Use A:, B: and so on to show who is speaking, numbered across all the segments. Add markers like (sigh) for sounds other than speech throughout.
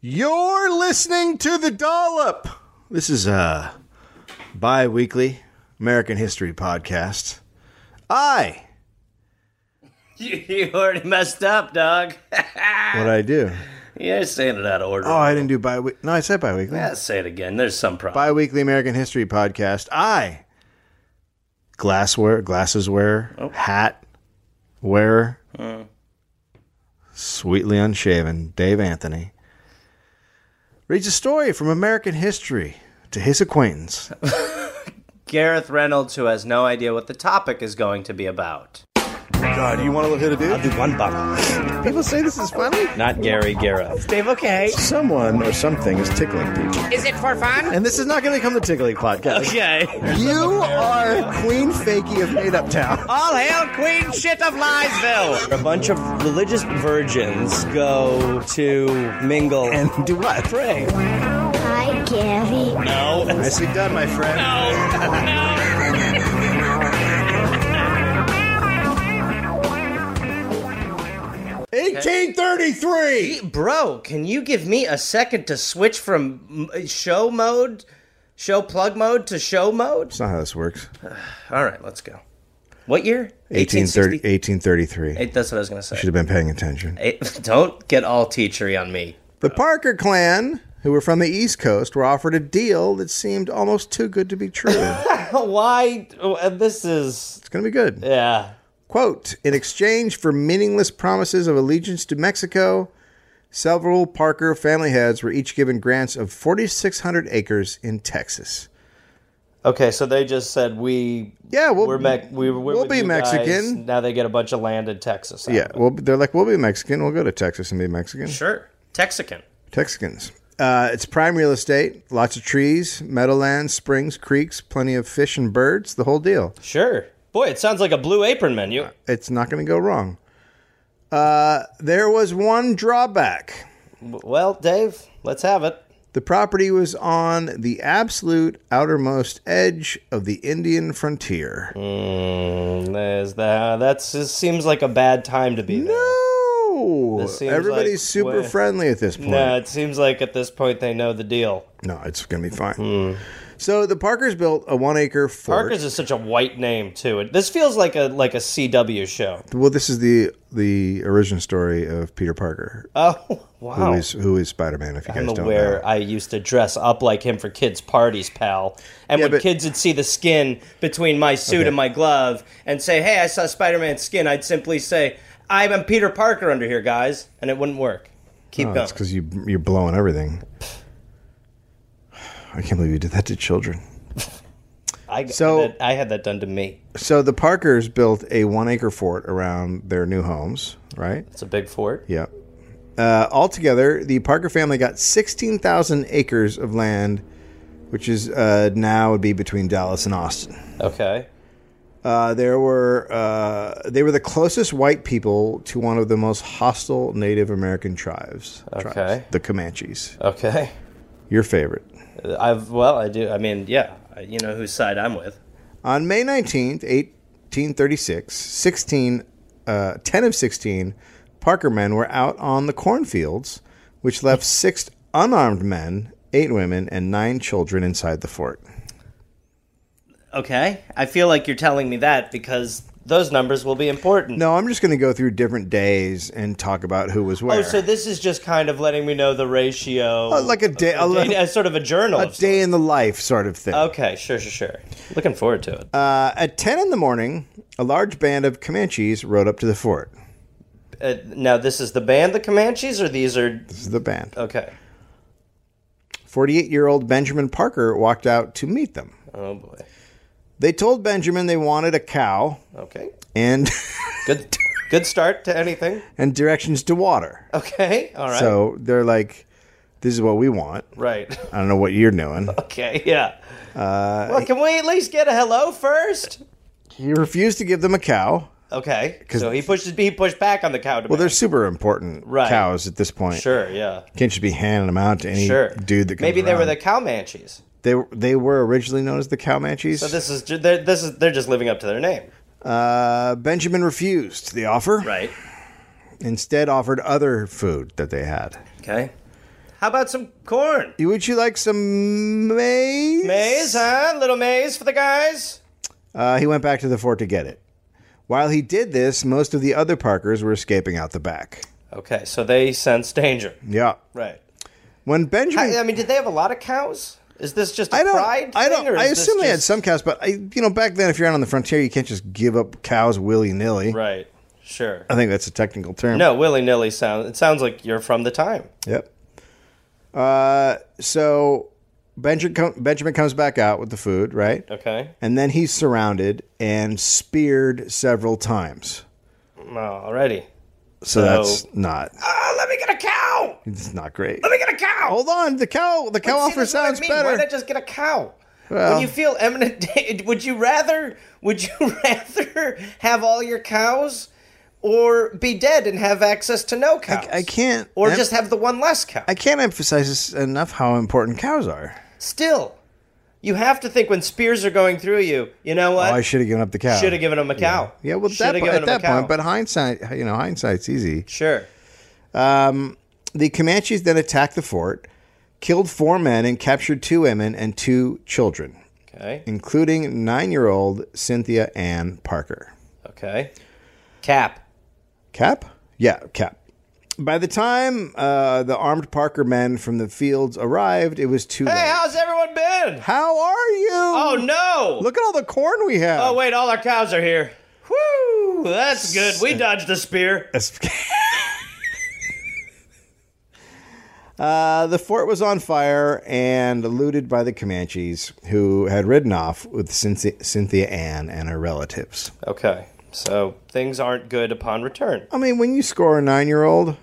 A: You're listening to The Dollop. This is a bi weekly American history podcast. I,
B: You, (laughs) you already messed up, dog. (laughs)
A: what I do.
B: You're saying it out of order.
A: Oh, I didn't do bi weekly. No, I said bi weekly.
B: Yeah, say it again. There's some problem.
A: Bi weekly American history podcast. I, glassware, glasses wearer, hat wearer, sweetly unshaven, Dave Anthony, reads a story from American history to his acquaintance.
B: Gareth Reynolds, who has no idea what the topic is going to be about.
A: God, do you want to hit a dude?
C: Do one bump.
A: People say this is funny.
C: Not Gary Gareth.
B: Dave, okay.
A: Someone or something is tickling people.
D: Is it for fun?
A: And this is not going to become the tickling podcast.
C: Okay.
A: You are Queen Fakey of Made Up Town.
B: (laughs) All hail Queen Shit of Liesville.
C: A bunch of religious virgins go to mingle and
A: And do what?
C: pray.
E: Hi, Gary.
C: No.
A: Nicely done, my friend. Eighteen thirty-three.
B: Bro, can you give me a second to switch from mm, show mode, show plug mode to show mode?
A: That's not how this works.
B: All right, let's go. What year?
A: 1830, 1833.
B: 1860 Eight, That's what I was going to say.
A: Should have been paying attention.
B: Eight, (laughs) don't get all teachery on me.
A: The Parker clan, who were from the East Coast, were offered a deal that seemed almost too good to be true. (laughs) it's
C: (laughs) Why? oh, This is.
A: going to be good.
C: Yeah.
A: Quote In exchange for meaningless promises of allegiance to Mexico, several Parker family heads were each given grants of 4,600 acres in Texas.
C: Okay, so they just said we.
A: Yeah, we'll,
C: We're me- we, we're
A: we'll
C: with
A: be
C: you guys.
A: Mexican.
C: Now they get a bunch of land in Texas.
A: yeah, well, they're like, we'll be Mexican. We'll go to Texas and be Mexican.
B: Sure. Texican.
A: Texicans. Uh, it's prime real estate, lots of trees, meadowlands, springs, creeks, plenty of fish and birds, the whole deal.
C: Sure. Boy, it sounds like a blue apron menu.
A: It's not going to go wrong. Uh, there was one drawback.
C: Well, Dave, let's have it.
A: The property was on the absolute outermost edge of the Indian frontier.
C: Hmm. There's that. Mm, That's it seems like a bad time to be there.
A: No!
C: This seems
A: Everybody's
C: like
A: super
C: way-
A: friendly at this point.
C: No, Uh, it seems like at this point they know the deal.
A: No, it's going to be fine. So the Parkers built a one acre fort.
C: Hmm. Parker's is such a white name too. It, this feels like a like a CW show.
A: Well, this is the the origin story of Peter Parker,
C: Oh (laughs)
A: who
C: wow!
A: is who is Spider Man. If you
C: I'm
A: guys don't
C: aware.
A: know,
C: I used to dress up like him for kids' parties, pal. And
A: Yeah,
C: when
A: but-
C: kids would see the skin between my suit
A: Okay.
C: and my glove and say, "Hey, I saw Spider-Man's skin," I'd simply say, "I'm Peter Parker under here, guys," and it wouldn't work. Keep
A: Oh,
C: going.
A: it's because you you're blowing everything. (sighs) I can't believe you did that to children.
C: I,
A: so-
C: that- I had that done to me.
A: So the Parkers built a one acre fort around their new homes, right?
C: It's a big fort.
A: Yep. Uh, altogether, the Parker family got 16,000 acres of land, which is uh, now would be between Dallas and Austin.
C: Okay.
A: Uh, there were uh, they were the closest white people to one of the most hostile Native American tribes,
C: Okay.
A: tribes, the Comanches.
C: Okay.
A: Your favorite.
C: I've well, I do. I mean, yeah. I- You know whose side I'm with.
A: On May 19th, 1836, 16, uh, 10 of 16 Parker men were out on the cornfields, which left six unarmed men, eight women, and nine children inside the fort.
C: Okay. I feel like you're telling me that because those numbers will be important.
A: No, I'm just going to go through different days and talk about who was where.
C: Oh, so this is just kind of letting me know the ratio.
A: Uh, like a day, a,
C: Day- as sort of a journal.
A: a
C: of
A: day in the life sort of thing.
C: sorts. Okay, sure, sure, sure. Looking forward to it.
A: Uh, at 10 in the morning, a large band of Comanches rode up to the fort.
C: Uh, now, this is the band, the Comanches, or these are
A: This is the band.
C: okay?
A: 48 year old Benjamin Parker walked out to meet them.
C: Oh boy.
A: They told Benjamin they wanted a cow
C: Okay.
A: and
C: Good. Good start to anything.
A: and directions to water.
C: Okay. All right.
A: So they're like, "This is what we want."
C: right. (laughs)
A: I don't know what you're doing.
C: Okay. Yeah. Uh, well, can we at least get a hello first?
A: He refused to give them a cow.
C: Okay. So he pushes. He pushed back on the cow.
A: Well, they're super important
C: Right.
A: cows at this point.
C: sure. Yeah.
A: Can't just be handing them out to any
C: Sure.
A: dude that comes
C: maybe they were
A: around.
C: the Comanches.
A: they were- they were originally known as the Cowmanchies.
C: So this is ju- they're, this is they're just living up to their name.
A: uh, Benjamin refused the offer.
C: Right.
A: Instead, offered other food that they had.
C: Okay. How about some corn?
A: Would you like some maize?
C: Maize, huh? Little maize for the guys?
A: Uh, he went back to the fort to get it. While he did this, most of the other Parkers were escaping out the back.
C: Okay, so they sense danger.
A: Yeah.
C: Right.
A: When Benjamin,
C: I, I mean, did they have a lot of cows? Is this just a
A: I don't,
C: um, pride
A: I
C: thing?
A: don't.
C: or
A: I
C: is this
A: assume they had
C: just-
A: some cows, but I, you know, back then, if you're out on the frontier, you can't just give up cows willy nilly.
C: Right, sure.
A: I think that's a technical term.
C: No, willy nilly sound. It sounds like you're from the time.
A: Yep. Uh, so Benjamin com- Benjamin comes back out with the food, right?
C: Okay.
A: And then he's surrounded and speared several times.
C: Oh, already.
A: So,
C: So-
A: that's not
C: Oh, let me get a cow. Let
A: it's not great.
C: me get a cow.
A: Hold on, the cow the cow
C: See,
A: offer
C: this is what I
A: sounds
C: mean. Why
A: better.
C: not just get a cow?
A: Well-
C: when you feel eminent, (laughs) da- would you rather? Would you (laughs) rather have all your cows, or be dead and have access to no cows?
A: I can't
C: Or
A: em-
C: just have the one less cow.
A: I can't emphasize this enough how important cows are.
C: Still, you have to think when spears are going through you. You know what?
A: Oh, I should have given up the cow.
C: Should have Uh, given him a cow.
A: Yeah, well, at
C: Shoulda
A: that, po-
C: given
A: at
C: him
A: that
C: a cow.
A: point, but hindsight, you know, hindsight's easy.
C: sure.
A: The Comanches then attacked the fort, killed four men, and captured two women and two children,
C: Okay.
A: including nine-year-old Cynthia Ann Parker.
C: Okay. Cap.
A: Cap? Yeah, Cap. By the time uh, the armed Parker men from the fields arrived, it was too
C: Hey,
A: late.
C: how's everyone been?
A: How are you?
C: Oh no!
A: Look at all the corn we have.
C: Oh wait, all our cows are here. Oh, Whoo! That's good. We dodged the spear.
A: (laughs) Uh, the fort was on fire and looted by the Comanches, who had ridden off with Cynthia, Cynthia Ann and her relatives.
C: Okay. So things aren't good upon return.
A: I mean, when you score a nine year old,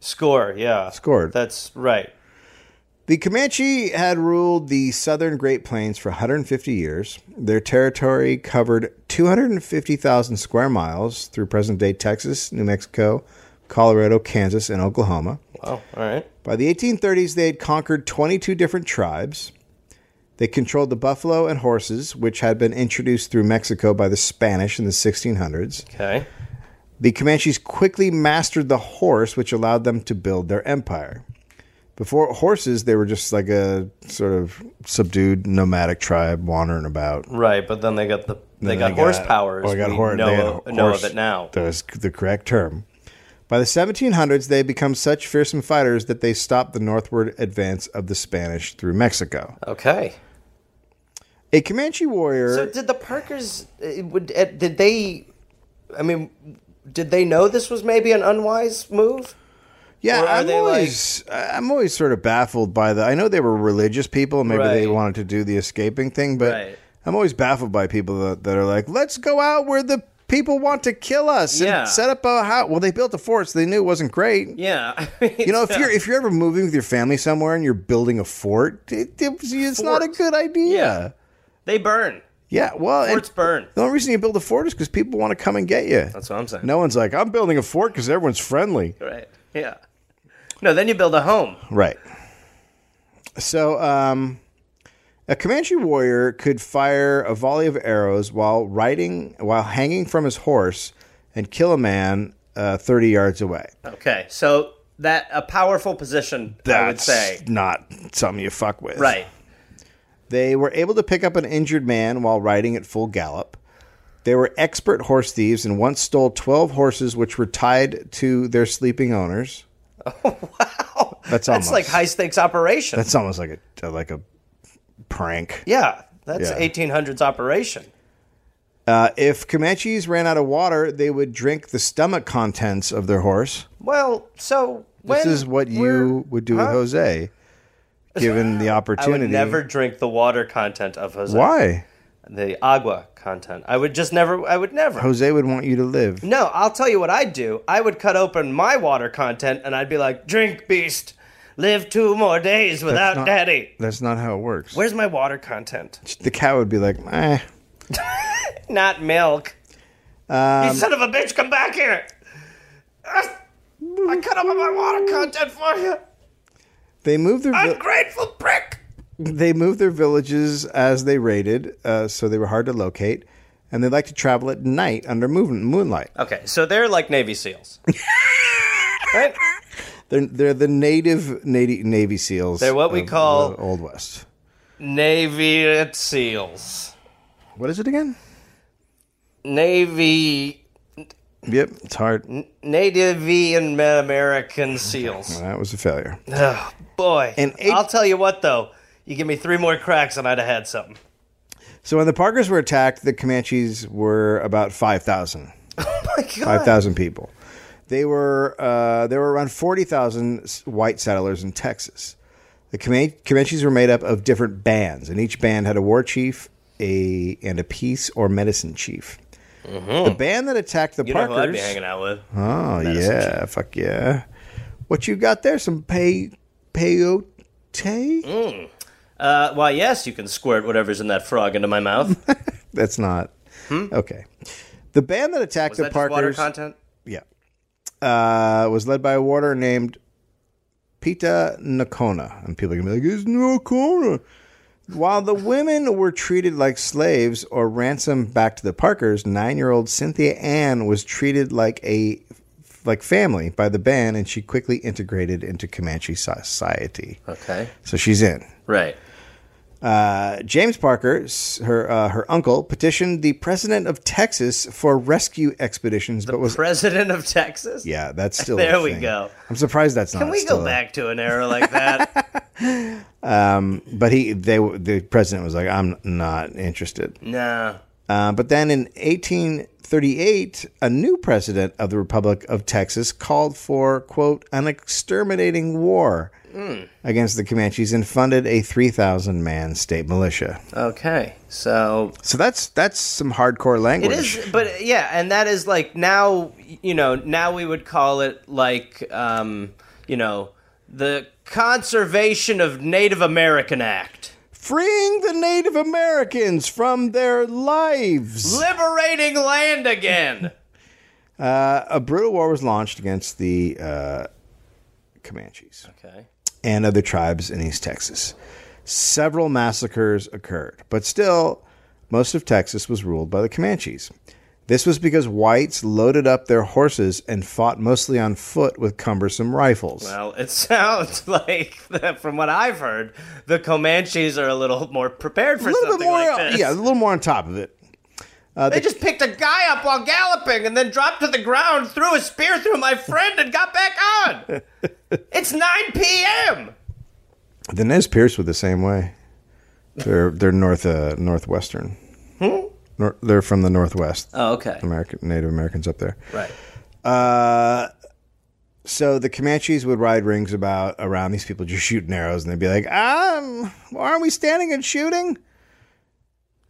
C: Score, yeah.
A: Scored.
C: That's right.
A: the Comanche had ruled the southern Great Plains for 150 years. Their territory covered 250,000 square miles through present day Texas, New Mexico, Colorado, Kansas, and Oklahoma.
C: Wow. All right.
A: By the 1830s, they had conquered 22 different tribes. They controlled the buffalo and horses, which had been introduced through Mexico by the Spanish in the 1600s.
C: Okay.
A: The Comanches quickly mastered the horse, which allowed them to build their empire. Before horses, they were just like a sort of subdued nomadic tribe wandering about.
C: Right, but then they got the they
A: Then
C: got horsepower.
A: or
C: as
A: they got
C: we
A: hor-
C: know,
A: they had
C: of- know
A: horse-
C: of it now.
A: That was the correct term. By the 1700s, they had become such fearsome fighters that they stopped the northward advance of the Spanish through Mexico.
C: Okay.
A: A Comanche warrior.
C: So did the Parkers? uh, Would uh, did they? I mean, did they know this was maybe an unwise move?
A: yeah,
C: or are
A: I'm
C: they, like-
A: always, I- I'm always sort of baffled by the. I know they were religious people, and maybe they
C: Right.
A: wanted to do the escaping thing, but
C: Right.
A: I'm always baffled by people that, that are like, "Let's go out where the people want to kill us and
C: Yeah.
A: set up a house." Well, they built a fort, so they knew it wasn't great.
C: Yeah. (laughs)
A: You know, if you're if you're ever moving with your family somewhere and you're building a fort, it, it's it's not a
C: Fort.
A: good idea.
C: (laughs) they burn.
A: Yeah, well, and
C: Forts burn.
A: the only reason you build a fort is because people want to come and get you.
C: That's what I'm saying.
A: No one's like, I'm building a fort because everyone's friendly,
C: Right. Yeah. No, then you build a home.
A: right? So, um, a Comanche warrior could fire a volley of arrows while riding while hanging from his horse and kill a man uh, thirty yards away.
C: Okay, so that a powerful position, I would
A: That's
C: say.
A: not something you fuck with,
C: Right.
A: They were able to pick up an injured man while riding at full gallop. They were expert horse thieves and once stole 12 horses which were tied to their sleeping owners.
C: (laughs) Wow.
A: That's almost-
C: that's like high stakes operation.
A: That's almost like a like a prank.
C: yeah, that's
A: Yeah.
C: 1800s operation.
A: Uh, if Comanches ran out of water, they would drink the stomach contents of their horse.
C: Well, so when
A: This is what
C: we're-
A: you would do with Jose given the
C: (laughs) I
A: opportunity.
C: would never drink the water content of Jose.
A: Why?
C: The agua content. I would just never. I would never.
A: Jose would want you to live.
C: no, I'll tell you what I'd do. I would cut open my water content and I'd be like, "Drink, beast. Live two more days without
A: not-
C: daddy."
A: That's not how it works.
C: Where's my water content?
A: The cow would be like, eh.
C: (laughs) Not milk. you
A: Um,
C: son of a bitch, come back here. Ah, I cut open my water content for you.
A: They move their.
C: Ah!
A: vil-
C: Ungrateful prick.
A: They moved their villages as they raided, uh, so they were hard to locate, and they like to travel at night under moon- moonlight. (laughs)
C: Okay, so they're like Navy SEALs. right?
A: They're they're the native Navy, Navy SEALs.
C: They're what we
A: of
C: call-
A: the Old West.
C: Navy SEALs.
A: What is it again?
C: Navy,
A: Yep, it's hard.
C: Mm. Native and
A: (laughs)
C: American SEALs.
A: That was a failure.
C: Oh, boy.
A: And eight-
C: I'll tell you what, though. You give me three more cracks and I'd have had something. (laughs)
A: So when the Parkers were attacked, the Comanches were about five thousand.
C: Oh My God.
A: five thousand people. They were uh, there were around forty thousand white settlers in Texas. The Coman- Comanches were made up of different bands, and each band had a war chief, a and a peace or medicine chief. The band that attacked the
C: Mm-hmm. you know who I'd be
A: Parkers.
C: hanging out with?
A: oh yeah, fuck yeah! What you got there? Some pay peyote.
C: Mm. Uh, why, yes, you can squirt whatever's in that frog into my mouth. Was
A: That's not okay. The band that attacked the
C: Hmm? that just water
A: Parkers.
C: content?
A: Yeah. Uh, was led by a warder named Pita Nakona. And people are going to be like, it's Nakona. While the women were treated like slaves or ransomed back to the Parkers, nine year old Cynthia Ann was treated like a like family by the band and she quickly integrated into Comanche society.
C: Okay.
A: So she's in.
C: Right.
A: Uh, James Parker, s- her uh, her uncle, petitioned the president of Texas for rescue expeditions, but was
C: President of Texas?
A: yeah, that's
C: (laughs)
A: still a
C: There we
A: thing.
C: go.
A: I'm surprised that's not.
C: Can we
A: still
C: go
A: a-
C: back to an era like
A: (laughs)
C: that?
A: But he, they, the president was like, "I'm not interested."
C: nah.
A: Uh, but then in 1838, a new president of the Republic of Texas called for quote an exterminating war
C: Hmm.
A: against the Comanches and funded a 3,000 man state militia.
C: Okay. So
A: So that's that's some hardcore language.
C: It is, but yeah, and that is like now, you know, now we would call it like, um, you know, the Conservation of Native American Act,
A: freeing the Native Americans from their lives.
C: liberating
A: (laughs)
C: land again.
A: a brutal war was launched against the uh, Comanches.
C: Okay.
A: and other tribes in East Texas. Several massacres occurred, but still, most of Texas was ruled by the Comanches. This was because whites loaded up their horses and fought mostly on foot with cumbersome rifles.
C: Well, it (laughs) sounds like (laughs) that from what I've heard, the Comanches are a little more prepared for
A: a little bit
C: something
A: more,
C: like this.
A: yeah, a little more on top of it.
C: they just picked a guy up while galloping and then dropped to the ground, threw a spear through my friend, and got back
B: (laughs)
C: on. it's 9 p.m.
A: The Nez Pierce were the same way. They're they're north uh, northwestern.
C: Hmm?
A: Nor- they're from the northwest.
C: Oh, okay.
A: American Native Americans up there.
C: Right.
A: so the Comanches would ride rings about around these people just (laughs) shooting arrows, and they'd be like, "Um, aren't we standing and shooting?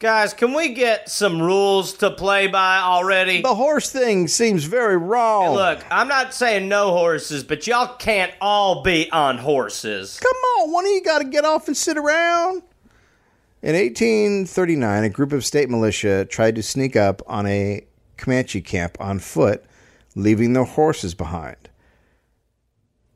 C: Guys, can we get some rules to play by already?
A: The horse thing seems very wrong."
C: Look, I'm not saying no horses, but y'all can't all be on horses.
A: come on, one of you got to get off and sit around. In 1839, a group of state militia tried to sneak up on a Comanche camp on foot, leaving their horses behind.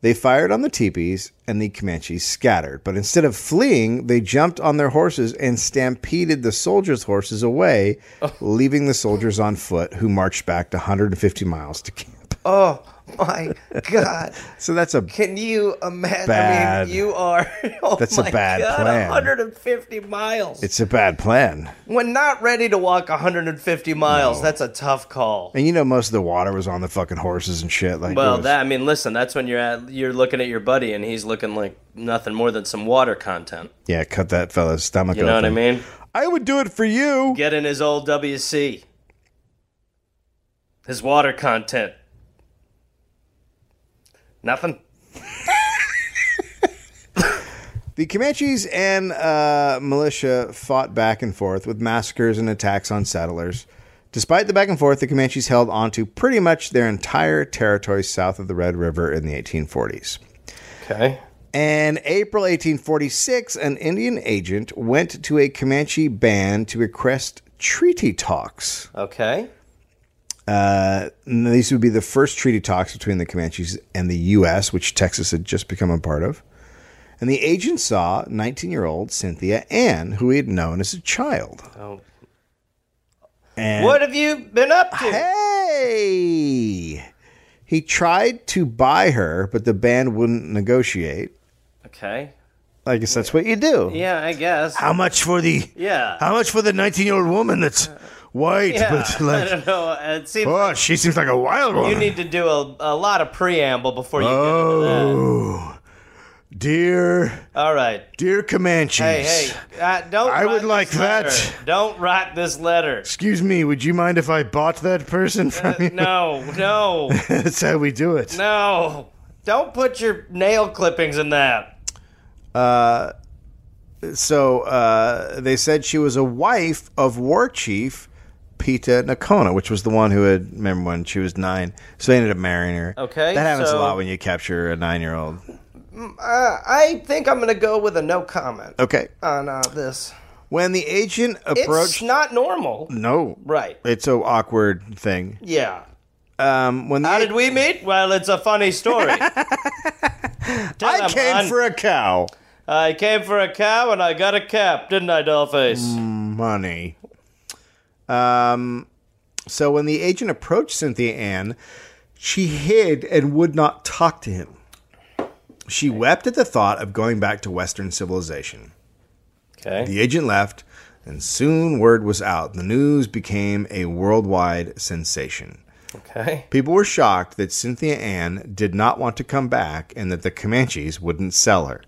A: They fired on the teepees and the Comanches scattered, but instead of fleeing, they jumped on their horses and stampeded the soldiers' horses away, leaving the soldiers on foot who marched back 150 miles to camp.
B: Oh (laughs) my god!
A: So that's a
B: Can you imagine? I
A: Bad.
B: mean, you are. (laughs) Oh
A: That's a
B: my
A: bad
B: God,
A: plan.
B: 150 miles.
A: it's a bad plan.
C: When not ready to walk 150 miles, that's a tough call.
A: And you know, most of the water was on the fucking horses and shit. Like, it
C: Well,
A: was-
C: that I mean, listen, that's when you're at you're looking at your buddy and he's looking like nothing more than some water content.
A: yeah, cut that fella's stomach.
C: You know what I mean?
A: I would do it for you.
C: Get in his old WC. His water content. Nothing.
A: The Comanches and uh, militia fought back and forth with massacres and attacks on settlers. Despite the back and forth, the Comanches held onto pretty much their entire territory south of the Red River in the 1840s.
C: Okay.
A: In April 1846, an Indian agent went to a Comanche band to request treaty talks.
C: Okay.
A: Uh, and these would be the first treaty talks between the Comanches and the U.S., which Texas had just become a part of. And the agent saw 19 year old Cynthia Ann, who he had known as a child.
C: Oh.
A: And
C: What have you been up to?
A: Hey! He tried to buy her, but the band wouldn't negotiate.
C: Okay.
A: I guess that's what you do.
C: Yeah, I guess.
A: How much for the
C: yeah.
A: How much for the 19-year-old woman
C: (laughs)
A: that's white
C: yeah.
A: but
C: (laughs) I
A: like
C: don't know. Uh, It seems
A: oh, she seems like a wild one.
C: you need to do a, a lot of preamble before you get into
A: oh. Dear
C: that. All right.
A: dear Comanches.
C: Hey, hey. Uh, don't.
A: I
C: write
A: would
C: this
A: like that.
C: letter. Don't write this letter.
A: Excuse me, would you mind if I bought that person from you?
C: Uh, No, no,
A: (laughs) That's how we do it.
C: no. Don't put your nail clippings in that.
A: So uh, they said she was a wife of War Chief Pita Nakona, which was the one who had remember when she was nine. So they ended up marrying her.
C: Okay,
A: that happens a
C: so-
A: lot when you capture a nine-year-old.
C: Uh, I think I'm gonna go with a no comment
A: Okay,
C: on uh, this.
A: when the agent
C: It's
A: approached,
C: not normal,
A: no,
C: right?
A: it's an awkward thing.
C: Yeah.
A: Um, when the
C: How did we meet? Well, it's a funny story. (laughs) Tell
A: I
C: them,
A: came
C: hon.
A: for a cow,
C: I came for a cow and I got a cap, didn't I, Dollface?
A: money. Um, so when the agent approached Cynthia Ann, she hid and would not talk to him. She wept at the thought of going back to Western civilization.
C: Okay.
A: The agent left, and soon word was out. The news became a worldwide sensation.
C: Okay.
A: People were shocked that Cynthia Ann did not want to come back and that the Comanches wouldn't sell her.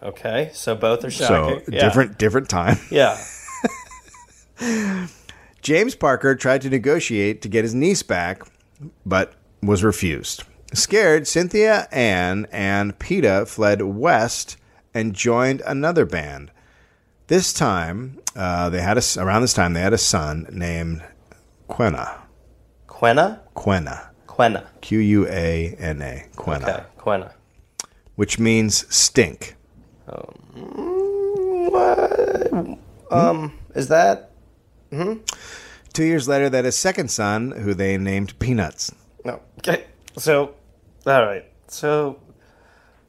C: Okay. So both are
A: So
C: shocking. yeah.
A: different different time. (laughs)
C: Yeah.
A: James Parker tried to negotiate to get his niece back, but was refused. Scared, Cynthia Ann and PETA fled west and joined another band. This time, uh, they had a, s- around this time they had a son named Quena.
C: Quena?
A: Quena.
C: Quena.
A: Q U A N A. Quena,
C: Okay. Quena.
A: which means stink.
C: Is that?
A: Two years later, they had a second son, who they named Peanuts.
C: No. Okay. So, all right.
A: (laughs)
C: So,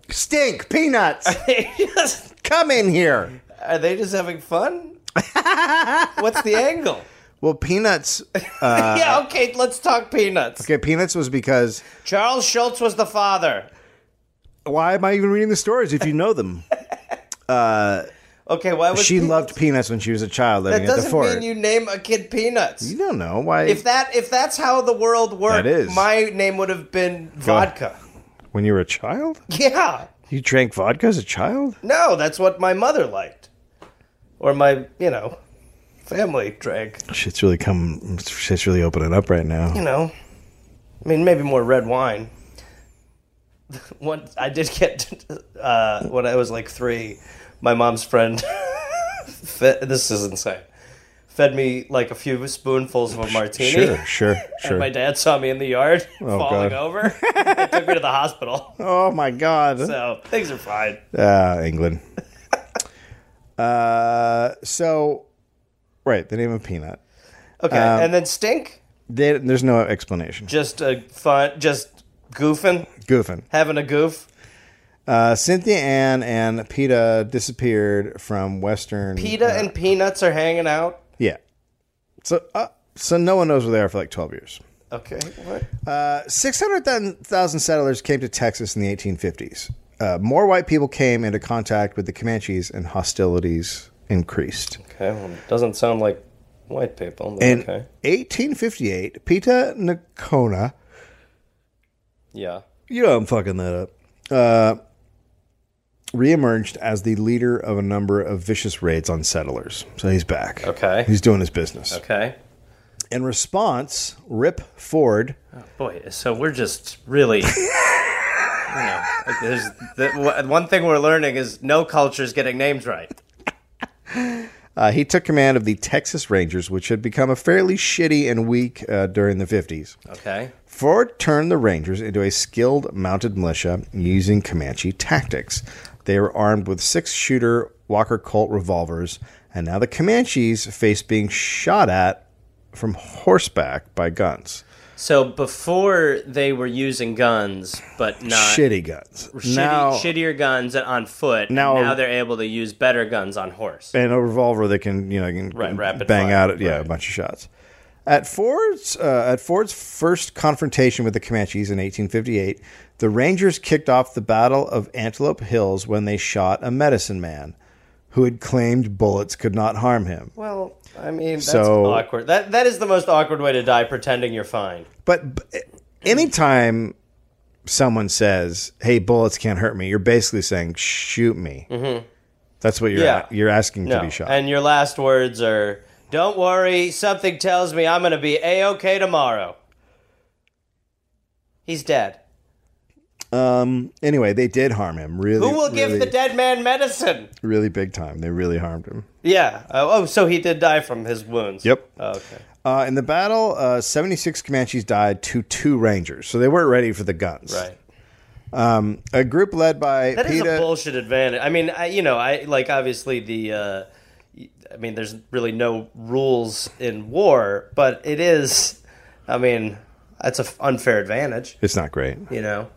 A: Stink, Peanuts, come in here.
C: are they just
A: (laughs)
C: having fun? What's the angle?
A: Well, peanuts.
C: (laughs) yeah, okay, let's talk peanuts.
A: Uh, Okay, peanuts was because.
C: Charles Schultz was the father.
A: Why am I even reading the stories if you know them?
C: (laughs) Okay, why was
A: she
C: Pe-
A: loved peanuts when she was a child living
C: That
A: at the
C: doesn't
A: fort.
C: mean you name a kid peanuts.
A: You don't know why.
C: If that if that's how the world worked,
A: That is.
C: my name would have been vodka.
A: when you were a child,
C: (laughs) Yeah.
A: you drank vodka as a child.
C: No, that's what my mother liked. Or my, you know, family drank.
A: Shit's really come. Shit's really opening up right
C: You
A: now.
C: know. I mean, maybe more red wine. (laughs) Once I did get (laughs) uh, when I was like 3, my mom's friend (laughs) fed, this is insane. Fed me like a few spoonfuls of a martini.
A: Sure, sure,
C: (laughs) And
A: sure. Oh,
C: my dad saw me in the yard (laughs) falling
A: God.
C: over. They took me to the hospital. (laughs)
A: oh my god.
C: So things are fine.
A: Ah,
C: (laughs)
A: England. uh, so, right, the name of peanut.
C: Okay,
A: Um,
C: and then stink,
A: They, there's no explanation.
C: just a fun, just goofing,
A: Goofing.
C: having a goof.
A: Uh, Cynthia Ann and PETA disappeared from Western.
C: Pita and peanuts are hanging out.
A: Yeah. So, uh, so no one knows where they are for like 12 years.
C: Okay, what?
A: Uh, 600,000 settlers came to Texas in the 1850s. Uh, more white people came into contact with the Comanches and hostilities increased.
C: Okay, well, it doesn't sound like white people. but
A: In
C: okay,
A: 1858, Pita Nakona,
C: yeah.
A: you know I'm fucking that up, uh, reemerged as the leader of a number of vicious raids on settlers. So he's back.
C: Okay.
A: He's doing his business.
C: Okay,
A: In response, Rip Ford
C: boy. So we're just really. (laughs) You know, like there's the, w- one thing we're learning is no culture's getting names right.
A: Uh, he took command of the Texas Rangers, which had become a fairly shitty and weak uh, during the 50s.
C: Okay,
A: Ford turned the Rangers into a skilled mounted militia using Comanche tactics. They were armed with six shooter Walker Colt revolvers, and now the Comanches faced being shot at from horseback by guns.
C: so before they were using guns, but not
A: Shitty guns.
C: Uh, shitty, shittier guns on foot.
A: Now-
C: Now, they're able to use better guns on horse.
A: and a revolver that can you know can
C: Right, rapid
A: bang
C: fire,
A: out yeah a
C: right.
A: bunch of shots. At Ford's, uh, at Ford's first confrontation with the Comanches in 1858, the Rangers kicked off the Battle of Antelope Hills when they shot a medicine man who had claimed bullets could not harm him.
C: Well, I mean, that's
A: So-
C: awkward. That that is the most awkward way to die, pretending you're fine.
A: But b- anytime someone says, "Hey, bullets can't hurt me," you're basically saying, "Shoot me." That's what you're
C: Mm-hmm. Yeah.
A: you're asking
C: No.
A: to be shot.
C: And your last words are, "Don't worry, something tells me I'm going to be a okay tomorrow." He's dead.
A: um. Anyway, they did harm him. Really,
C: Who will give
A: really,
C: the dead man medicine?
A: really big time? They really harmed him.
C: Yeah. Oh, oh, so he did die from his wounds.
A: Yep.
C: Oh, okay.
A: Uh, in the battle, uh, 76 Comanches died to two Rangers, so they weren't ready for the guns.
C: Right.
A: A group led by
C: That is
A: PETA
C: a bullshit advantage. I mean, I, you know, I like obviously the. Uh, I mean, there's really no rules in war, but it is. I mean, that's an unfair advantage.
A: It's not great.
C: You know,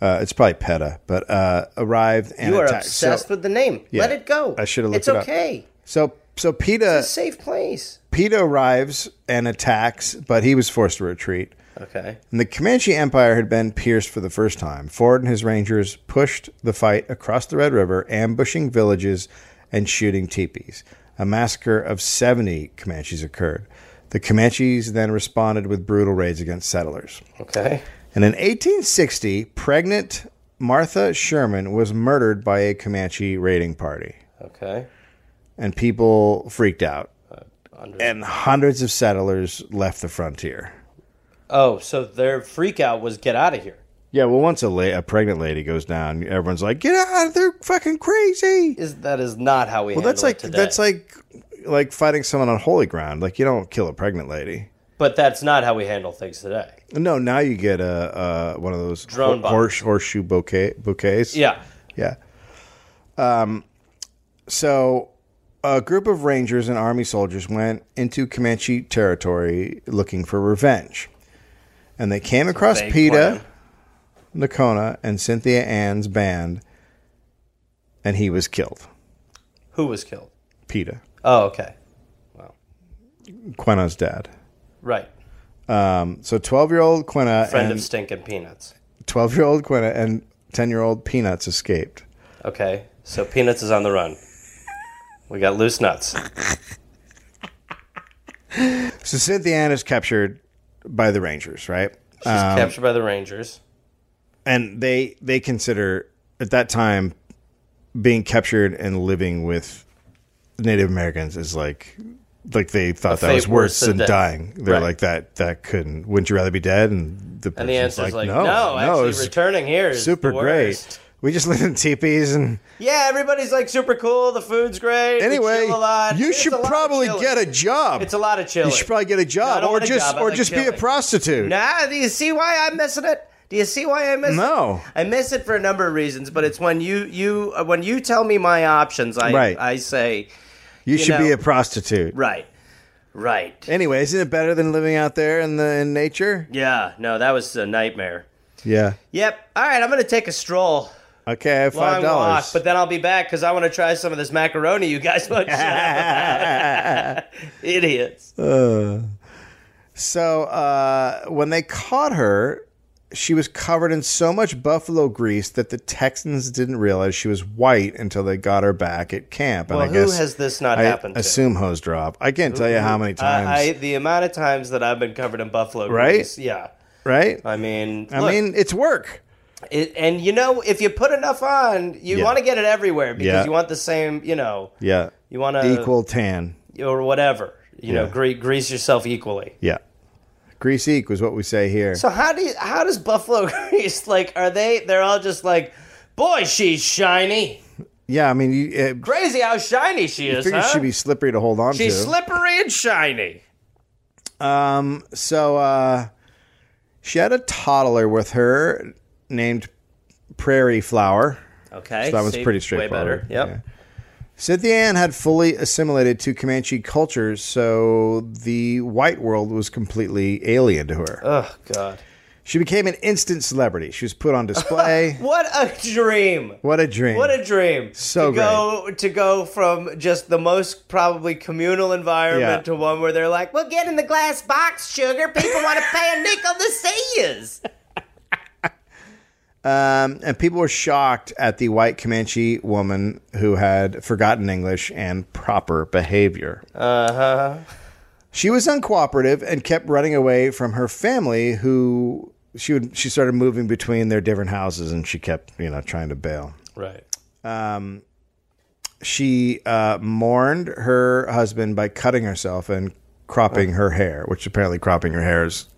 A: Uh, it's probably PETA, but uh, arrived and
B: You are
A: attacked.
B: obsessed
A: so,
B: with the name. Let it go.
A: I should have looked
B: It's
A: it up.
B: okay.
A: so so PETA
B: Safe place.
A: PETA arrives and attacks, but he was forced to retreat.
C: okay.
A: And the Comanche Empire had been pierced for the first time. Ford and his rangers pushed the fight across the Red River, ambushing villages and shooting teepees. A massacre of 70 Comanches occurred. The Comanches then responded with brutal raids against settlers.
C: Okay.
A: And in 1860, pregnant Martha Sherman was murdered by a Comanche raiding party.
C: Okay.
A: And people freaked out.
C: Under-
A: And hundreds of settlers left the frontier.
C: oh, so their freak out was get out of here.
A: Yeah, well, once a, la- a pregnant lady goes down, everyone's like, "Get out! They're fucking crazy."
C: Is that is not how we?
A: Well, that's like
C: today.
A: that's like like fighting someone on holy ground. Like you don't kill a pregnant lady.
C: But that's not how we handle things today.
A: No, now you get a, a one of those
C: Drone bomb.
A: horse horseshoe bouquet bouquets.
C: Yeah.
A: yeah. Um, so a group of rangers and army soldiers went into Comanche territory looking for revenge, and they came across
C: vague
A: PETA.
C: plan.
A: Nakona and Cynthia Ann's band, and he was killed.
C: Who was killed?
A: PETA,
C: Oh, okay.
A: Quenna's dad.
C: Right.
A: Um, so 12 year old Quenna
C: Friend of
A: and
C: stinking peanuts.
A: 12 year old Quenna and 10 year old Peanuts escaped.
C: Okay, so Peanuts is on the run. We got loose nuts.
A: So Cynthia Ann is captured by the Rangers, right?
C: She's
A: Um,
C: captured by the Rangers.
A: And they they consider at that time being captured and living with Native Americans is like like they thought that
C: fate
A: was worse
C: worse than
A: than,
C: death.
A: dying. They're
C: Right.
A: like that that couldn't. Wouldn't you rather be dead? And the
C: And the
A: person's
C: answer is like,
A: no,
C: no,
A: no,
C: actually,
A: it's-
C: returning here is
A: super
C: the
A: great.
C: worst.
A: We just live in teepees, and
C: Yeah, everybody's like super cool. The food's great. we
A: anyway,
C: chill a lot.
A: you
C: It's
A: should
C: a lot of
A: probably
C: chilling.
A: get a job.
C: It's a lot of chilling.
A: You should probably get a job,
C: don't
A: or
C: want a
A: just
C: job. I
A: or
C: like
A: just be a
C: killing.
A: prostitute.
B: Nah, do you see why I'm missing it? Do you see why I miss it?
A: No.
B: I miss it for a number of reasons, but it's when you you uh, when you tell me my options, I
A: Right.
B: I say
A: you, should be
B: know.
A: a prostitute.
B: right, right.
A: Anyway, isn't it better than living out there in the in nature?
B: Yeah, no, that was a nightmare.
A: Yeah.
B: Yep. All right, I'm gonna take a stroll.
A: Okay, I have
C: Long
A: five
C: walk,
A: dollars.
C: but then I'll be back because I want to try some of this macaroni you guys
A: (laughs)
C: want.
B: (laughs)
C: to try. Idiots.
A: So uh, when they caught her, she was covered in so much buffalo grease that the Texans didn't realize she was white until they got her back at camp. And
C: Well,
A: I
C: who
A: guess
C: has this not
A: I
C: happened to?
A: assume hose drop. I can't tell you how many times.
C: I, I, the amount of times that I've been covered in buffalo
A: Right?
C: grease. Yeah.
A: right?
C: I mean,
A: I
C: look,
A: mean, it's work.
C: It, and you know, if you put enough on, you
A: Yeah.
C: want to get it everywhere because
A: Yeah.
C: you want the same, you know,
A: Yeah.
C: you want to
A: Equal tan.
C: or whatever, you know,
A: Yeah.
C: gre- grease yourself equally.
A: Yeah. Grease eek was what we say here.
C: So how do you, how does Buffalo (laughs) Grease like? Are they? They're all just like, boy, she's shiny.
A: yeah, I mean, you, it,
C: Crazy how shiny she is.
A: figures
C: huh?
A: she'd be slippery to hold on
C: she's
A: to.
C: slippery and shiny.
A: um, so uh, she had a toddler with her named Prairie Flower.
C: Okay,
A: So that was
C: see,
A: pretty
C: Way better.
A: straightforward.
C: Yep.
A: Yeah. Cynthia Ann had fully assimilated to Comanche cultures, so the white world was completely alien to her.
C: Oh God.
A: She became an instant celebrity. She was put on display.
C: (laughs) What a dream.
A: what a dream.
C: What a dream!
A: So
C: to go to go from just the most probably communal environment
A: Yeah.
C: to one where they're like, "Well, get in the glass box, sugar. People
A: (laughs)
C: want to pay a nickel to see yous."
A: Um, and people were shocked at the white Comanche woman who had forgotten English and proper behavior. Uh huh. She was uncooperative and kept running away from her family, who she would. She started moving between their different houses, and she kept, you know, trying to bail.
C: Right.
A: She uh, mourned her husband by cutting herself and cropping her hair, which apparently cropping her hair is